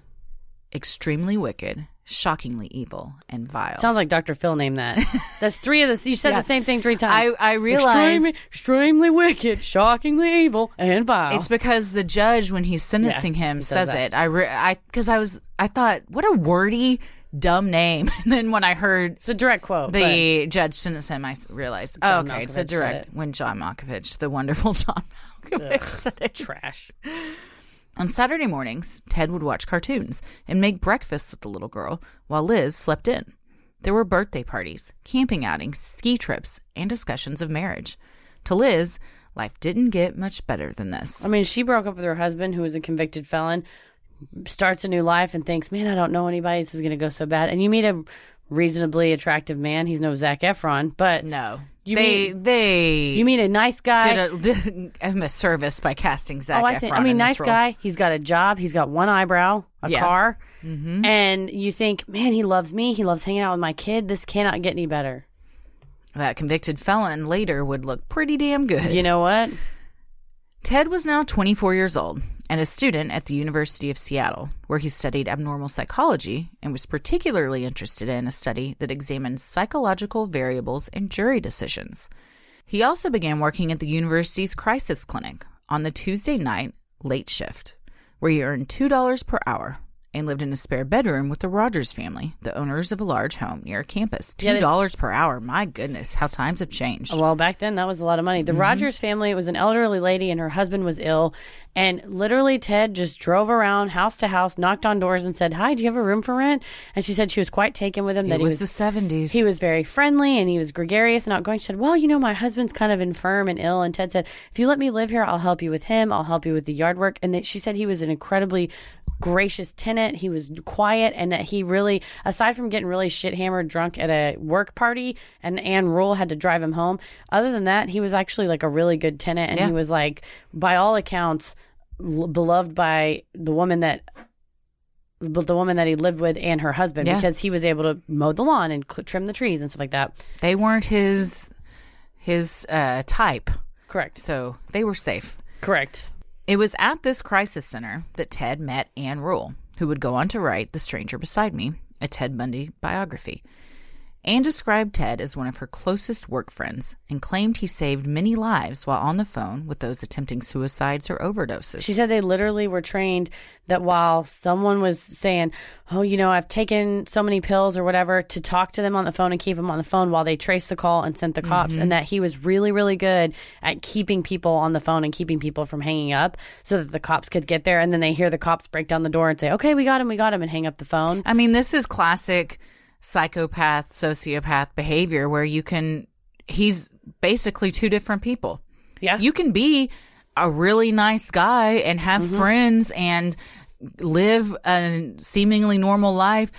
Extremely Wicked, Shockingly Evil, and Vile. Sounds like Dr. Phil named (laughs) that. That's three of the. You said Yeah. the same thing three I, times. I realize extremely, extremely wicked, shockingly evil, and vile. It's because the judge, when he's sentencing Yeah, him, he says says, that. it. I, re- I, because I was, I thought, what a wordy, dumb name. (laughs) And then when I heard It's a direct quote. but- the judge sentence him, I s- realized, oh, John okay, it's Malkovich a said direct it. when John Malkovich, the wonderful (laughs) John (laughs) Malkovich, said (laughs) it. trash. On Saturday mornings, Ted would watch cartoons and make breakfast with the little girl while Liz slept in. There were birthday parties, camping outings, ski trips, and discussions of marriage. To Liz, life didn't get much better than this. I mean, she broke up with her husband, who was a convicted felon, starts a new life, and thinks, "Man, I don't know anybody. This is going to go so bad." And you meet a reasonably attractive man. He's no Zach Efron, but No. You they they You mean a nice guy? did, a, (laughs) did him a service by casting Zach oh, I think. Efron I mean, in this nice role. guy. He's got a job. He's got one eyebrow, a Yeah. Mm-hmm. car, and you think, man, he loves me. He loves hanging out with my kid. This cannot get any better. That convicted felon later would look pretty damn good. You know (laughs) what? Ted was now 24 years old and a student at the University of Seattle, where he studied abnormal psychology and was particularly interested in a study that examined psychological variables in jury decisions. He also began working at the university's crisis clinic on the Tuesday night late shift, where he earned $2 per hour and lived in a spare bedroom with the Rogers family, the owners of a large home near campus. Yeah, $2 this- per hour. My goodness, how times have changed. Well, back then that was a lot of money. Mm-hmm. The Rogers family was an elderly lady, and her husband was ill. And literally, Ted just drove around house to house, knocked on doors, and said, "Hi, do you have a room for rent?" And she said she was quite taken with him. that It he was the 70s. He was very friendly and he was gregarious and outgoing. She said, Well, you know, my husband's kind of infirm and ill. And Ted said, If you let me live here, I'll help you with him. I'll help you with the yard work. And that she said he was an incredibly gracious tenant. He was quiet, and that he really, aside from getting really shit hammered drunk at a work party, and Anne Rule had to drive him home. Other than that, he was actually like a really good tenant, and Yeah. he was like, by all accounts, l- beloved by the woman that. But the woman that he lived with and her husband, Yeah. because he was able to mow the lawn and cl- trim the trees and stuff like that. They weren't his his uh, type, Correct. so they were safe. Correct. It was at this crisis center that Ted met Anne Rule, who would go on to write The Stranger Beside Me, a Ted Bundy biography. Anne described Ted as one of her closest work friends and claimed he saved many lives while on the phone with those attempting suicides or overdoses. She said they literally were trained that while someone was saying, "Oh, you know, I've taken so many pills or whatever," to talk to them on the phone and keep them on the phone while they traced the call and sent the cops, and that he was really, really good at keeping people on the phone and keeping people from hanging up, so that the cops could get there, and then they hear the cops break down the door and say, "Okay, we got him, we got him," and hang up the phone. I mean, this is classic psychopath, sociopath behavior where you can, he's basically two different people. Yeah, You can be a really nice guy and have Mm-hmm. friends and live a seemingly normal life.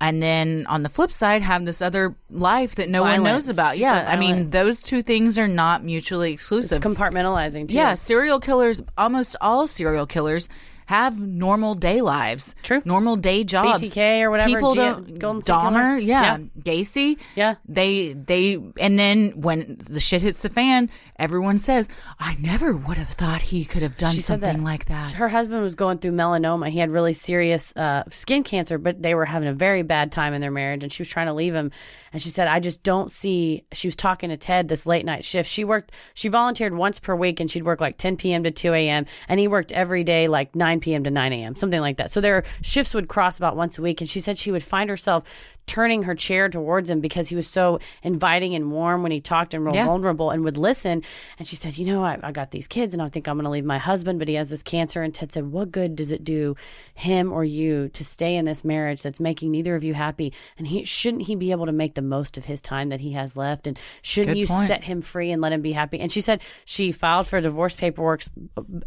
And then on the flip side, have this other life that no one Violent, knows about. super Yeah. I mean, violent. those two things are not mutually exclusive. it's compartmentalizing too. Yeah, serial killers, almost all serial killers have normal day lives. True. Normal day jobs. BTK or whatever, People G- don't Golden State Killer. Dahmer, Yeah. yeah, Gacy. Yeah. They they and then when the shit hits the fan, everyone says, "I never would have thought he could have done She said something like that." Her husband was going through melanoma. He had really serious uh, skin cancer, but they were having a very bad time in their marriage, and she was trying to leave him. And she said, "I just don't see." She was talking to Ted this late night shift. She worked. She volunteered once per week, and she'd work like 10 p.m. to 2 a.m. And he worked every day like 9 p.m. to 9 a.m. Something like that. So their shifts would cross about once a week. And she said she would find herself turning her chair towards him because he was so inviting and warm when he talked and real Yeah. vulnerable and would listen. And she said, You know, I, I got these kids and I think I'm going to leave my husband, but he has this cancer. And Ted said, What good does it do him or you to stay in this marriage that's making neither of you happy? And he shouldn't he be able to make the most of his time that he has left? And shouldn't Good you point. set him free and let him be happy? And she said she filed for divorce paperwork.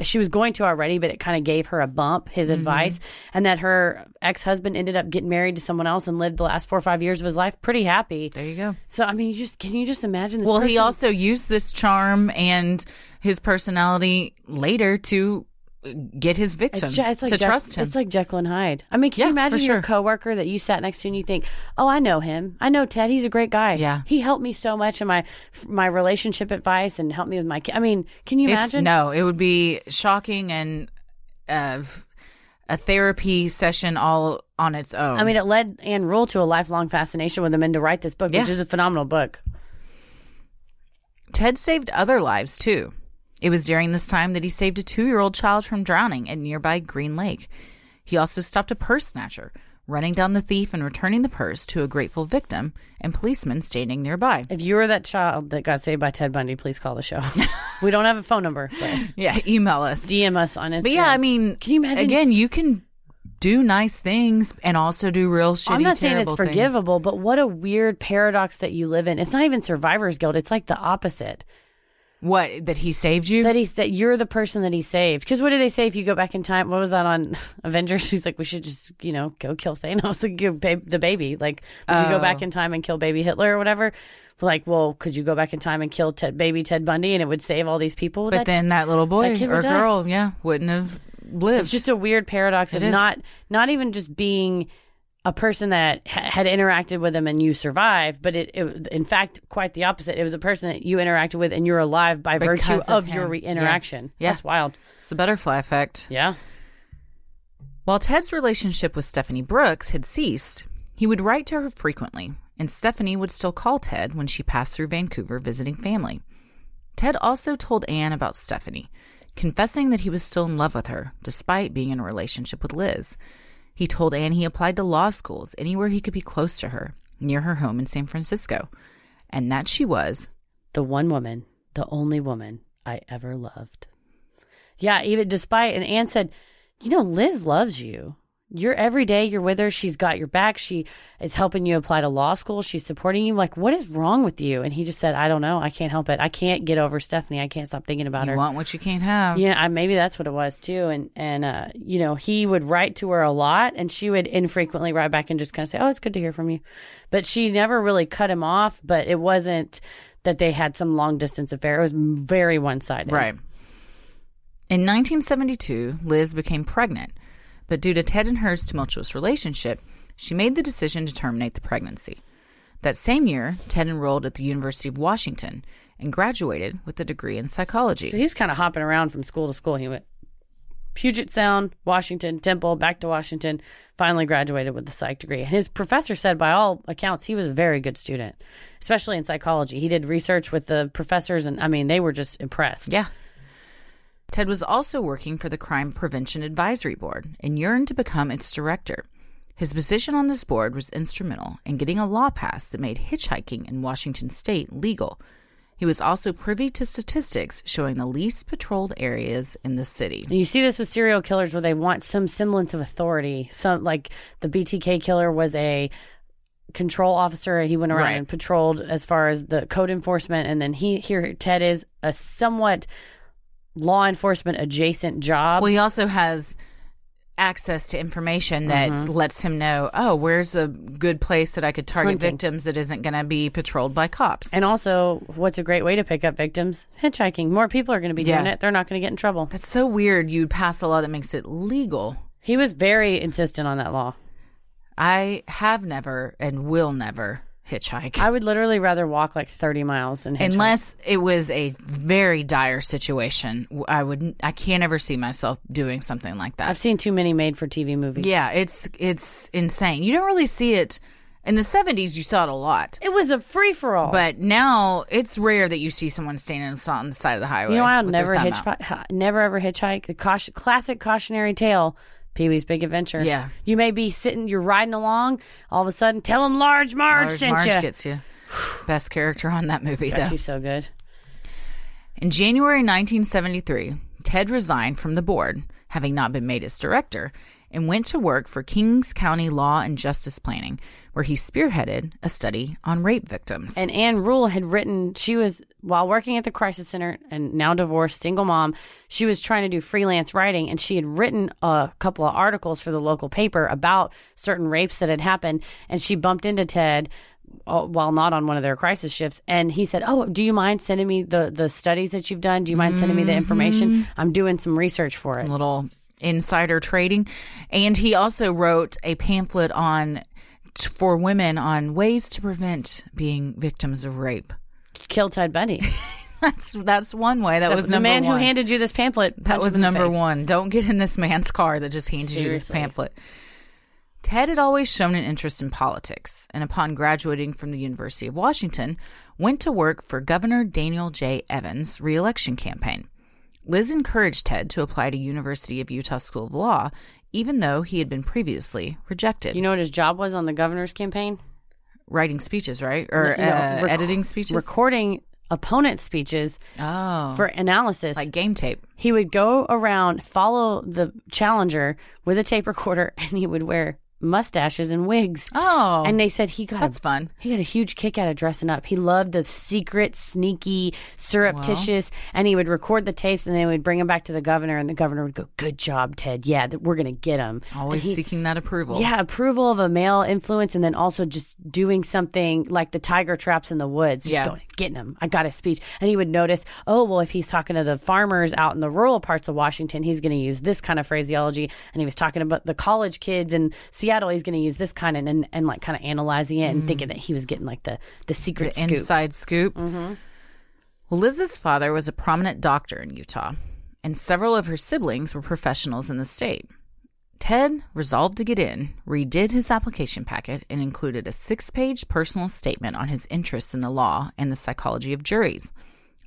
She was going to already, but it kind of gave her a bump, his Mm-hmm. advice, and that her ex husband ended up getting married to someone else and lived the last four or five years of his life pretty happy. There you go. So I mean, you just can you just imagine this? Well, he person- also used this charm and his personality later to get his victims It's ju- it's like to Jack- trust him. It's like Jekyll and Hyde. I mean, can Yeah, you for imagine your sure. coworker that you sat next to and you think, "Oh, I know him. I know Ted. He's a great guy. Yeah. he helped me so much in my my relationship advice and helped me with my. Ki-. I mean, can you It's- imagine? no, it would be shocking and uh, a therapy session all on its own. I mean, it led Anne Rule to a lifelong fascination with him and to write this book, which Yeah. is a phenomenal book. Ted saved other lives too. It was during this time that he saved a two year old child from drowning at nearby Green Lake. He also stopped a purse snatcher, running down the thief and returning the purse to a grateful victim and policeman (laughs) standing nearby. If you were that child that got saved by Ted Bundy, please call the show. (laughs) we don't have a phone number, but Yeah, email us. DM us on Instagram. But yeah, I mean, Can you imagine- Again, you can do nice things and also do real shitty. I'm not saying it's terrible things. forgivable, but what a weird paradox that you live in. It's not even survivor's guilt. It's like the opposite. What that he saved you? That he's that you're the person that he saved. Because what do they say if you go back in time? What was that on (laughs) Avengers? He's like, we should just you know go kill Thanos and give ba- the baby. Like, would you go Oh. back in time and kill baby Hitler or whatever? Like, well, could you go back in time and kill Ted, baby Ted Bundy and it would save all these people? But That's- then that little boy kid would or die. girl, yeah, wouldn't have lived. it's just a weird paradox It of is. not not even just being a person that ha- had interacted with him and you survived, but it, it in fact quite the opposite. It was a person that you interacted with and you're alive by virtue Because of, of your him. re- Yeah. interaction. Yeah. That's wild. it's the butterfly effect. Yeah. While Ted's relationship with Stephanie Brooks had ceased, he would write to her frequently, and Stephanie would still call Ted when she passed through Vancouver visiting family. Ted also told Anne about Stephanie, confessing that he was still in love with her, despite being in a relationship with Liz. He told Anne he applied to law schools anywhere he could be close to her, near her home in San Francisco, and that she was the one woman, the only woman I ever loved. Yeah, even despite, and Anne said, You know, Liz loves you. You're every day you're with her. She's got your back. She is helping you apply to law school. She's supporting you. Like, what is wrong with you? And he just said, I don't know. I can't help it. I can't get over Stephanie. I can't stop thinking about You her. want what you can't have. Yeah, I, maybe that's what it was too. And and uh, you know, he would write to her a lot, and she would infrequently write back and just kind of say, "Oh, it's good to hear from you," but she never really cut him off. But it wasn't that they had some long distance affair. It was very one sided. Right. In 1972, Liz became pregnant, but due to Ted and her's tumultuous relationship, she made the decision to terminate the pregnancy. That same year, Ted enrolled at the University of Washington and graduated with a degree in psychology. So he's kind of hopping around from school to school. He went Puget Sound, Washington, Temple, back to Washington. Finally graduated with a psych degree. And his professor said, by all accounts, he was a very good student, especially in psychology. He did research with the professors, and I mean, they were just impressed. Yeah. Ted was also working for the Crime Prevention Advisory Board and yearned to become its director. His position on this board was instrumental in getting a law passed that made hitchhiking in Washington state legal. He was also privy to statistics showing the least patrolled areas in the city. And you see this with serial killers where they want some semblance of authority. Some like the BTK killer was a control officer. He went around Right. and patrolled as far as the code enforcement, and then he here Ted is a somewhat law enforcement adjacent job. Well, he also has access to information that Mm-hmm. lets him know, oh, where's a good place that I could target Hunting. victims that isn't going to be patrolled by cops. and also, what's a great way to pick up victims? Hitchhiking. More people are going to be doing Yeah. it. They're not going to get in trouble. That's so weird. You'd pass a law that makes it legal. He was very insistent on that law. I have never and will never hitchhike. I would literally rather walk like 30 miles and hitchhike. Unless it was a very dire situation, W- I would n- I can't ever see myself doing something like that. I've seen too many made for TV movies. yeah, it's it's insane. You don't really see it in the 70s you saw it a lot. It was a free for all. But now it's rare that you see someone standing on the- on the side of the highway. You know, I'll with their never thumb out. hitchhike, never ever hitchhike. The caution, classic cautionary tale, Pee Wee's Big Adventure. Yeah. you may be sitting, you're riding along, all of a sudden, tell them Large Marge Lars sent Marge you. gets you. Best character on that movie though. She's so good. In January 1973, Ted resigned from the board, having not been made its director, and went to work for Kings County Law and Justice Planning, where he spearheaded a study on rape victims. And Anne Rule had written, she was, while working at the crisis center and now divorced, single mom, she was trying to do freelance writing and she had written a couple of articles for the local paper about certain rapes that had happened. And she bumped into Ted uh, while not on one of their crisis shifts. And he said, Oh, do you mind sending me the, the studies that you've done? Do you mind sending me the Mm-hmm. information? I'm doing some research for it. little insider trading. And he also wrote a pamphlet on t- for women on ways to prevent being victims of rape. (laughs) Kill Ted Bundy. That's that's one way. That, That was the number man one. who handed you this pamphlet. That punch was him in the number face. one. Don't get in this man's car that just handed you this Seriously. pamphlet. Ted had always shown an interest in politics, and upon graduating from the University of Washington, went to work for Governor Daniel J. Evans' reelection campaign. Liz encouraged Ted to apply to University of Utah School of Law, even though he had been previously rejected. You know what his job was on the governor's campaign? writing speeches, right, or No, uh, rec- editing speeches? recording opponent speeches oh, for analysis. like game tape. he would go around, follow the challenger with a tape recorder, (laughs) and he would wear mustaches and wigs. Oh, and they said he got that's a, fun. he got a huge kick out of dressing up. He loved the secret, sneaky, surreptitious, and he would record the tapes, and then he would bring them back to the governor, and the governor would go, "Good job, Ted. Yeah, th- we're gonna get him." Always seeking that approval. Yeah, approval of a male influence, and then also just doing something like the tiger traps in the woods. Just Yeah. going, getting him. I got a speech, and he would notice. Oh well, if he's talking to the farmers out in the rural parts of Washington, he's going to use this kind of phraseology, and he was talking about the college kids in Seattle. He's going to use this kind and, and and like kind of analyzing it and thinking that he was getting like the the secret Mm. the scoop. inside scoop. Well, Liz's father was a prominent doctor in Utah, and several of her siblings were professionals in the state. Ted resolved to get in, redid his application packet, and included a six page personal statement on his interests in the law and the psychology of juries,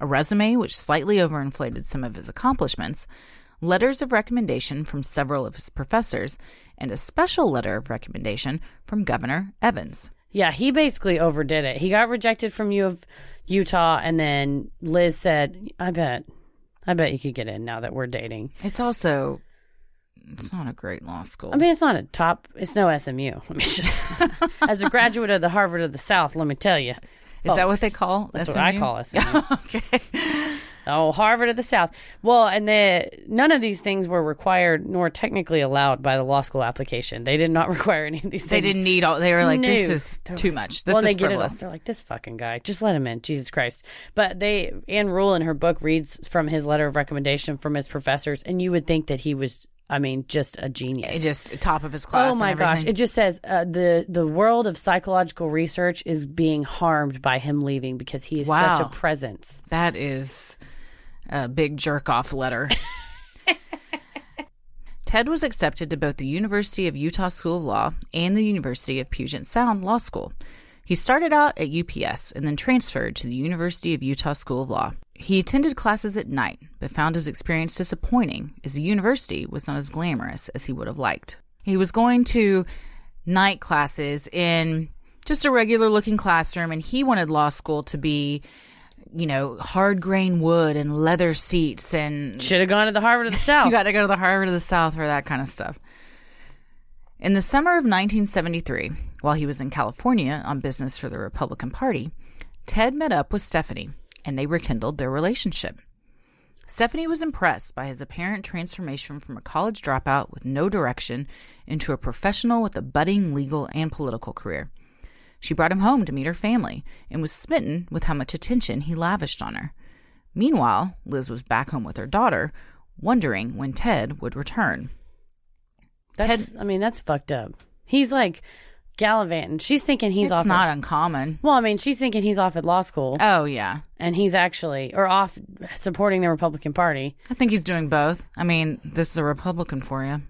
a resume which slightly overinflated some of his accomplishments, letters of recommendation from several of his professors, and a special letter of recommendation from Governor Evans. Yeah, he basically overdid it. He got rejected from U of Utah, and then Liz said, "I bet." I bet you could get in now that we're dating. It's also It's not a great law school. I mean, it's not a top. It's no SMU. (laughs) I mean, just- as a graduate of the Harvard of the South, let me tell you, Is that what they call? that's what I call SMU. okay. Oh, Harvard of the South. Well, and the none of these things were required nor technically allowed by the law school application. They did not (laughs) require any of these (laughs) They things. didn't need all. They were like, this No. is too much. This well, is they get it. all. frivolous. They're like this fucking guy. Just let him in, Jesus Christ. But they Anne Rule in her book reads from his letter of recommendation from his professors, and you would think that he was, I mean, just a genius. It just top of his class. Oh my and gosh! everything. It just says uh, the the world of psychological research is being harmed by him leaving because he is such Wow. a presence. That is a big jerk off letter. Ted was accepted to both the University of Utah School of Law and the University of Puget Sound Law School. He started out at UPS and then transferred to the University of Utah School of Law. He attended classes at night, but found his experience disappointing as the university was not as glamorous as he would have liked. He was going to night classes in just a regular looking classroom, and he wanted law school to be you know, hard grain wood and leather seats and Should have gone to the Harvard (laughs) of the South. you got to go to the Harvard of the South for that kind of stuff. In the summer of 1973, while he was in California on business for the Republican Party, Ted met up with Stephanie and they rekindled their relationship. Stephanie was impressed by his apparent transformation from a college dropout with no direction into a professional with a budding legal and political career. She brought him home to meet her family and was smitten with how much attention he lavished on her. Meanwhile, Liz was back home with her daughter, wondering when Ted would return. That's I mean, that's fucked up. He's like gallivanting. She's thinking he's it's off. at- not uncommon. well, I mean, she's thinking he's off at law school, Oh yeah, and he's actually or off supporting the Republican Party. (laughs) I think he's doing both. I mean, this is a Republican for you.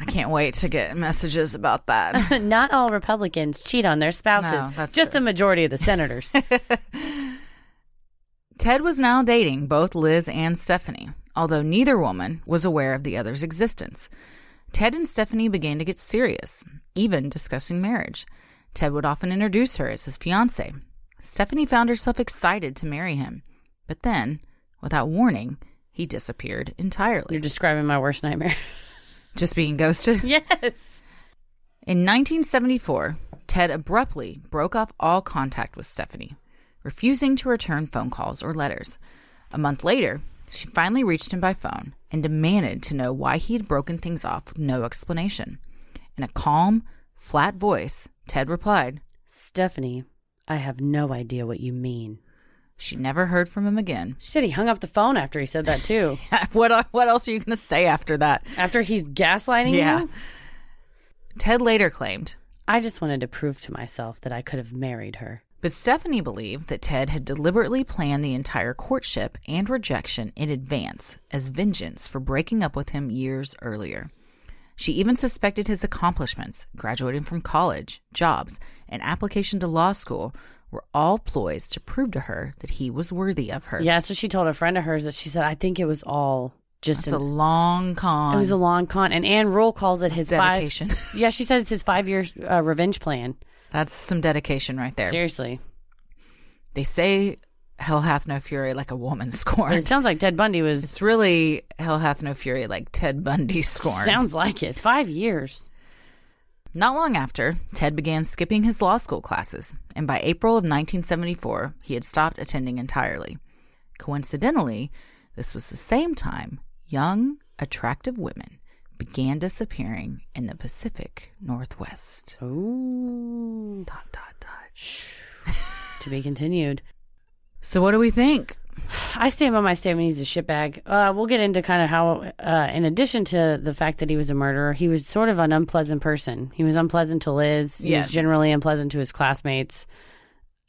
I can't wait to get messages about that. not all Republicans cheat on their spouses. No, that's Just true. a majority of the (laughs) senators. Ted was now dating both Liz and Stephanie, although neither woman was aware of the other's existence. Ted and Stephanie began to get serious, even discussing marriage. Ted would often introduce her as his fiance. Stephanie found herself excited to marry him, but then, without warning, he disappeared entirely. You're describing my worst (laughs) nightmare. Just being ghosted. yes. In 1974, Ted abruptly broke off all contact with Stephanie, refusing to return phone calls or letters. A month later, she finally reached him by phone and demanded to know why he had broken things off with no explanation. In a calm, flat voice, Ted replied, Stephanie, I have no idea what you mean. She never heard from him again. (laughs) She said he hung up the phone after he said that too. what, what else are you going to say after that? after he's gaslighting Yeah. you. Ted later claimed, I just wanted to prove to myself that I could have married her. But Stephanie believed that Ted had deliberately planned the entire courtship and rejection in advance as vengeance for breaking up with him years earlier. She even suspected his accomplishments, graduating from college, jobs, and application to law school were all ploys to prove to her that he was worthy of her. Yeah, so she told a friend of hers that she said, I think it was all just It's a an, long con. it was a long con. And Anne Rule calls it his dedication. (laughs) five. Yeah, she says it's his five year uh, revenge plan. That's some dedication right there. Seriously. They say hell hath no fury like a woman (laughs) But it scorned. sounds like Ted Bundy was. It's really hell hath no fury like Ted Bundy scorned. Sounds like it. Five years. Not long after, Ted began skipping his law school classes, and by April of 1974, he had stopped attending entirely. Coincidentally, this was the same time young, attractive women began disappearing in the Pacific Northwest. Ooh. Dot, dot, dot. To be continued. So, what do we think? I stand by my statement. He's a shitbag. Uh, we'll get into kind of how, uh, in addition to the fact that he was a murderer, he was sort of an unpleasant person. He was unpleasant to Liz. He Yes. was generally unpleasant to his classmates.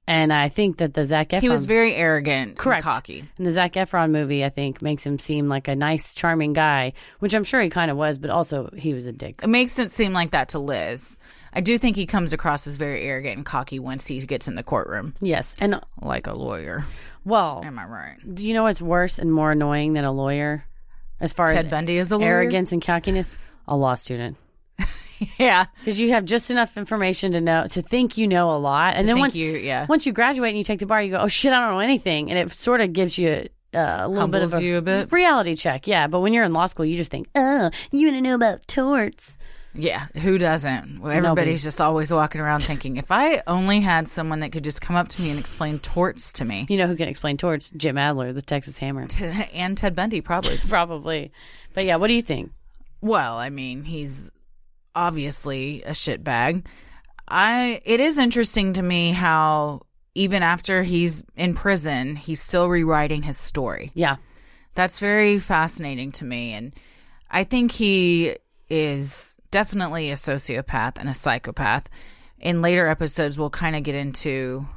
And I think that the Zach Efron He was very arrogant, correct and cocky. And the Zach Efron movie, I think, makes him seem like a nice, charming guy, which I'm sure he kind of was, but also he was a dick. It makes it seem like that to Liz. I do think he comes across as very arrogant and cocky once he gets in the courtroom, Yes, and like a lawyer. well, Am I right? do you know what's worse and more annoying than a lawyer, as far Ted as Bundy is a lawyer. arrogance and cockiness? A law student. (laughs) Yeah. because you have just enough information to know to think you know a lot, and then think once you- yeah. once you graduate and you take the bar, you go, oh shit, I don't know anything, and it sort of gives you uh, a little bit of Humbles you a bit. reality check. Yeah, but when you're in law school, you just think, oh, you want to know about torts. Yeah, who doesn't? Well, Everybody's Nobody. just always walking around thinking, if I only had someone that could just come up to me and explain torts to me, (laughs) You know who can explain torts? Jim Adler, the Texas Hammer, and Ted Bundy probably. probably. But yeah, what do you think? Well, I mean, he's obviously a shitbag. I it is interesting to me how even after he's in prison, he's still rewriting his story. Yeah, That's very fascinating to me and I think he is definitely a sociopath and a psychopath. In later episodes we'll kind of get into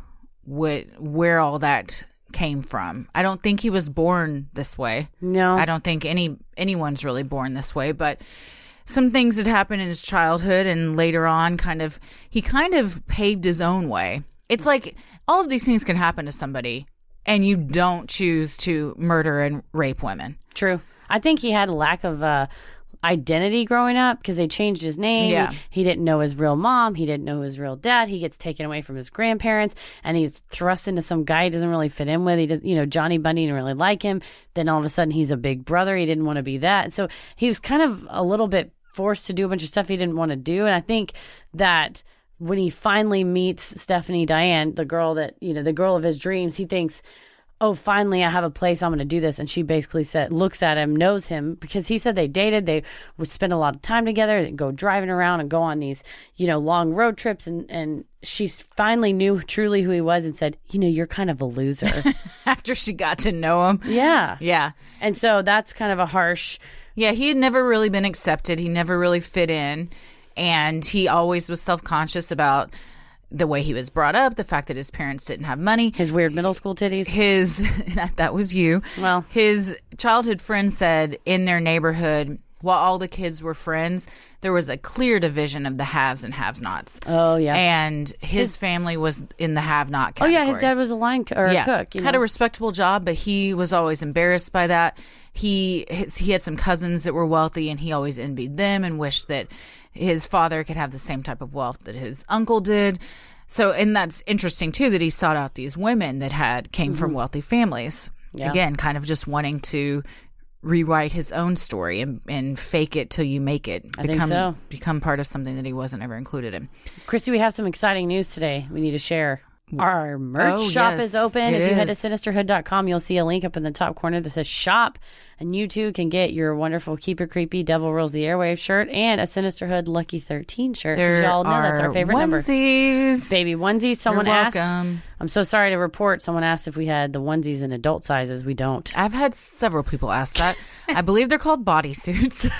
what where all that came from. I don't think he was born this way. no, I don't think any anyone's really born this way, but some things that happened in his childhood and later on kind of he kind of paved his own way. It's like all of these things can happen to somebody and you don't choose to murder and rape women. (laughs) True. I think he had a lack of uh, identity growing up because they changed his name. Yeah. He didn't know his real mom. He didn't know his real dad. He gets taken away from his grandparents and he's thrust into some guy he doesn't really fit in with. He does, you know, Johnny Bundy didn't really like him. Then all of a sudden he's a big brother. He didn't want to be that. So he was kind of a little bit forced to do a bunch of stuff he didn't want to do. And I think that when he finally meets Stephanie Diane, the girl that, you know, the girl of his dreams, he thinks, oh finally i have a place i'm going to do this and she basically said looks at him knows him because he said they dated they would spend a lot of time together and go driving around and go on these you know long road trips and and she s- finally knew truly who he was and said you know you're kind of a (laughs) loser After she got to know him. yeah Yeah. and so that's kind of a harsh Yeah, he had never really been accepted. He never really fit in. And he always was self conscious about the way he was brought up, the fact that his parents didn't have money. his weird middle school titties his (laughs) that, that was you Well. his childhood friend said in their neighborhood while all the kids were friends there was a clear division of the haves and have nots oh yeah and his, family was in the have oh not category yeah his dad was a line co- or a cook you had know? a respectable job but he was always embarrassed by that he his, he had some cousins that were wealthy and he always envied them and wished that his father could have the same type of wealth that his uncle did so and that's interesting too that he sought out these women that had came from wealthy families Mm-hmm. Yeah. again kind of just wanting to rewrite his own story and, and fake it till you make it think so. become part of something that he wasn't ever included in Christy, we have some exciting news today we need to share. Our merch Oh, shop yes, is open. it if you head to is. sinisterhood.com, you'll see a link up in the top corner that says shop, and you too can get your wonderful Keep It Creepy Devil Rules the Airwave shirt and a Sinisterhood Lucky 13 shirt. 'cause There y'all know that's our are favorite number. onesies. Baby onesie, someone You're asked. welcome. I'm so sorry to report. Someone asked if we had the onesies in adult sizes. We don't. I've had several people ask that. I believe they're called bodysuits.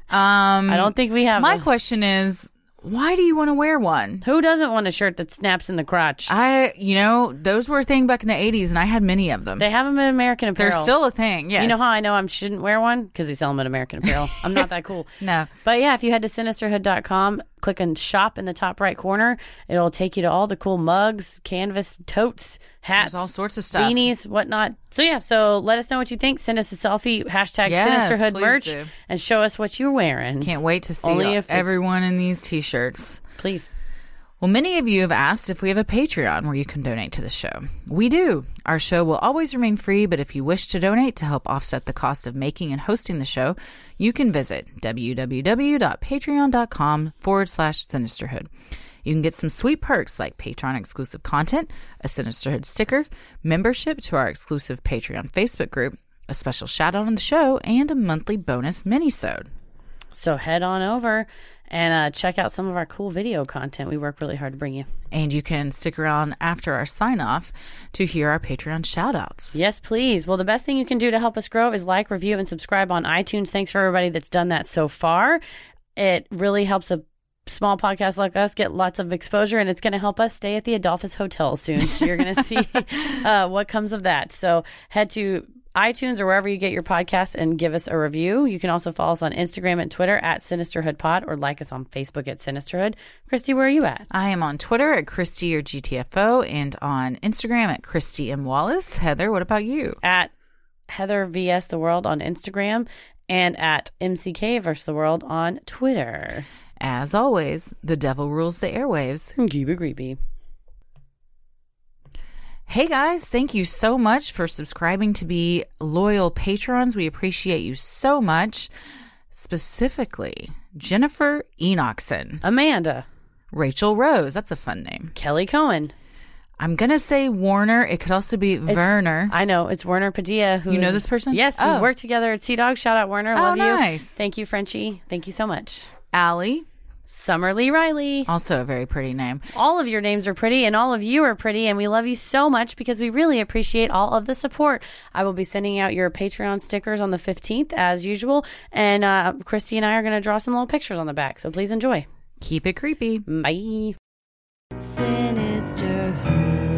(laughs) I don't think we have. Um, My a- question is, why do you want to wear one? Who doesn't want a shirt that snaps in the crotch? I, you know, those were a thing back in the 80s and I had many of them. they have them in American They're Apparel. still a thing. Yes. You know how I know I shouldn't wear one? Because they sell them at American Apparel. I'm not that cool. (laughs) No. But yeah, if you head to sinisterhood.com, click on shop in the top right corner, it'll take you to all the cool mugs, canvas, totes, hats, There's all sorts of stuff. beanies, whatnot. So yeah, so let us know what you think. Send us a selfie, hashtag Yes, sinisterhood please merch, do. and show us what you're wearing. Can't wait to see Only if it's- everyone in these t shirts. Please. Well, many of you have asked if we have a Patreon where you can donate to the show. We do. Our show will always remain free, but if you wish to donate to help offset the cost of making and hosting the show, you can visit www.patreon.com forward slash sinisterhood. You can get some sweet perks like Patreon exclusive content, a Sinisterhood sticker, membership to our exclusive Patreon Facebook group, a special shout out on the show, and a monthly bonus minisode. So head on over and uh, check out some of our cool video content we work really hard to bring you. And you can stick around after our sign off to hear our Patreon shout outs. Yes, please. Well, the best thing you can do to help us grow is like, review, and subscribe on iTunes. Thanks for everybody that's done that so far. It really helps a small podcast like us get lots of exposure, and it's going to help us stay at the Adolphus Hotel soon. So you're going to see uh, what comes of that. So head to iTunes or wherever you get your podcast and give us a review. You can also follow us on Instagram and Twitter at Sinisterhood Pod or like us on Facebook at Sinisterhood. Christy, where are you at? I am on Twitter at Christy or GTFO and on Instagram at Christy M. Wallace. Heather, what about you? at Heather vs the World on Instagram and at MCK vs the World on Twitter. As always, the devil rules the airwaves. Keep it creepy. Hey guys, thank you so much for subscribing to be loyal patrons. We appreciate you so much. Specifically, Jennifer Enochson, Amanda, Rachel Rose. That's a fun name. Kelly Cohen. I'm going to say Warner. It could also be Werner. I know it's Werner Padilla. Who You know is- this person? Yes, Oh. we work together at Sea Dog. Shout out Werner. Oh, Love you. nice. Thank you, Frenchie. Thank you so much. Allie, Summer Lee Riley. also a very pretty name. All of your names are pretty, and all of you are pretty, and we love you so much because we really appreciate all of the support. I will be sending out your Patreon stickers on the 15th, as usual, and uh, Christy and I are going to draw some little pictures on the back. So please enjoy. Keep it creepy. Bye. Sinister. Who.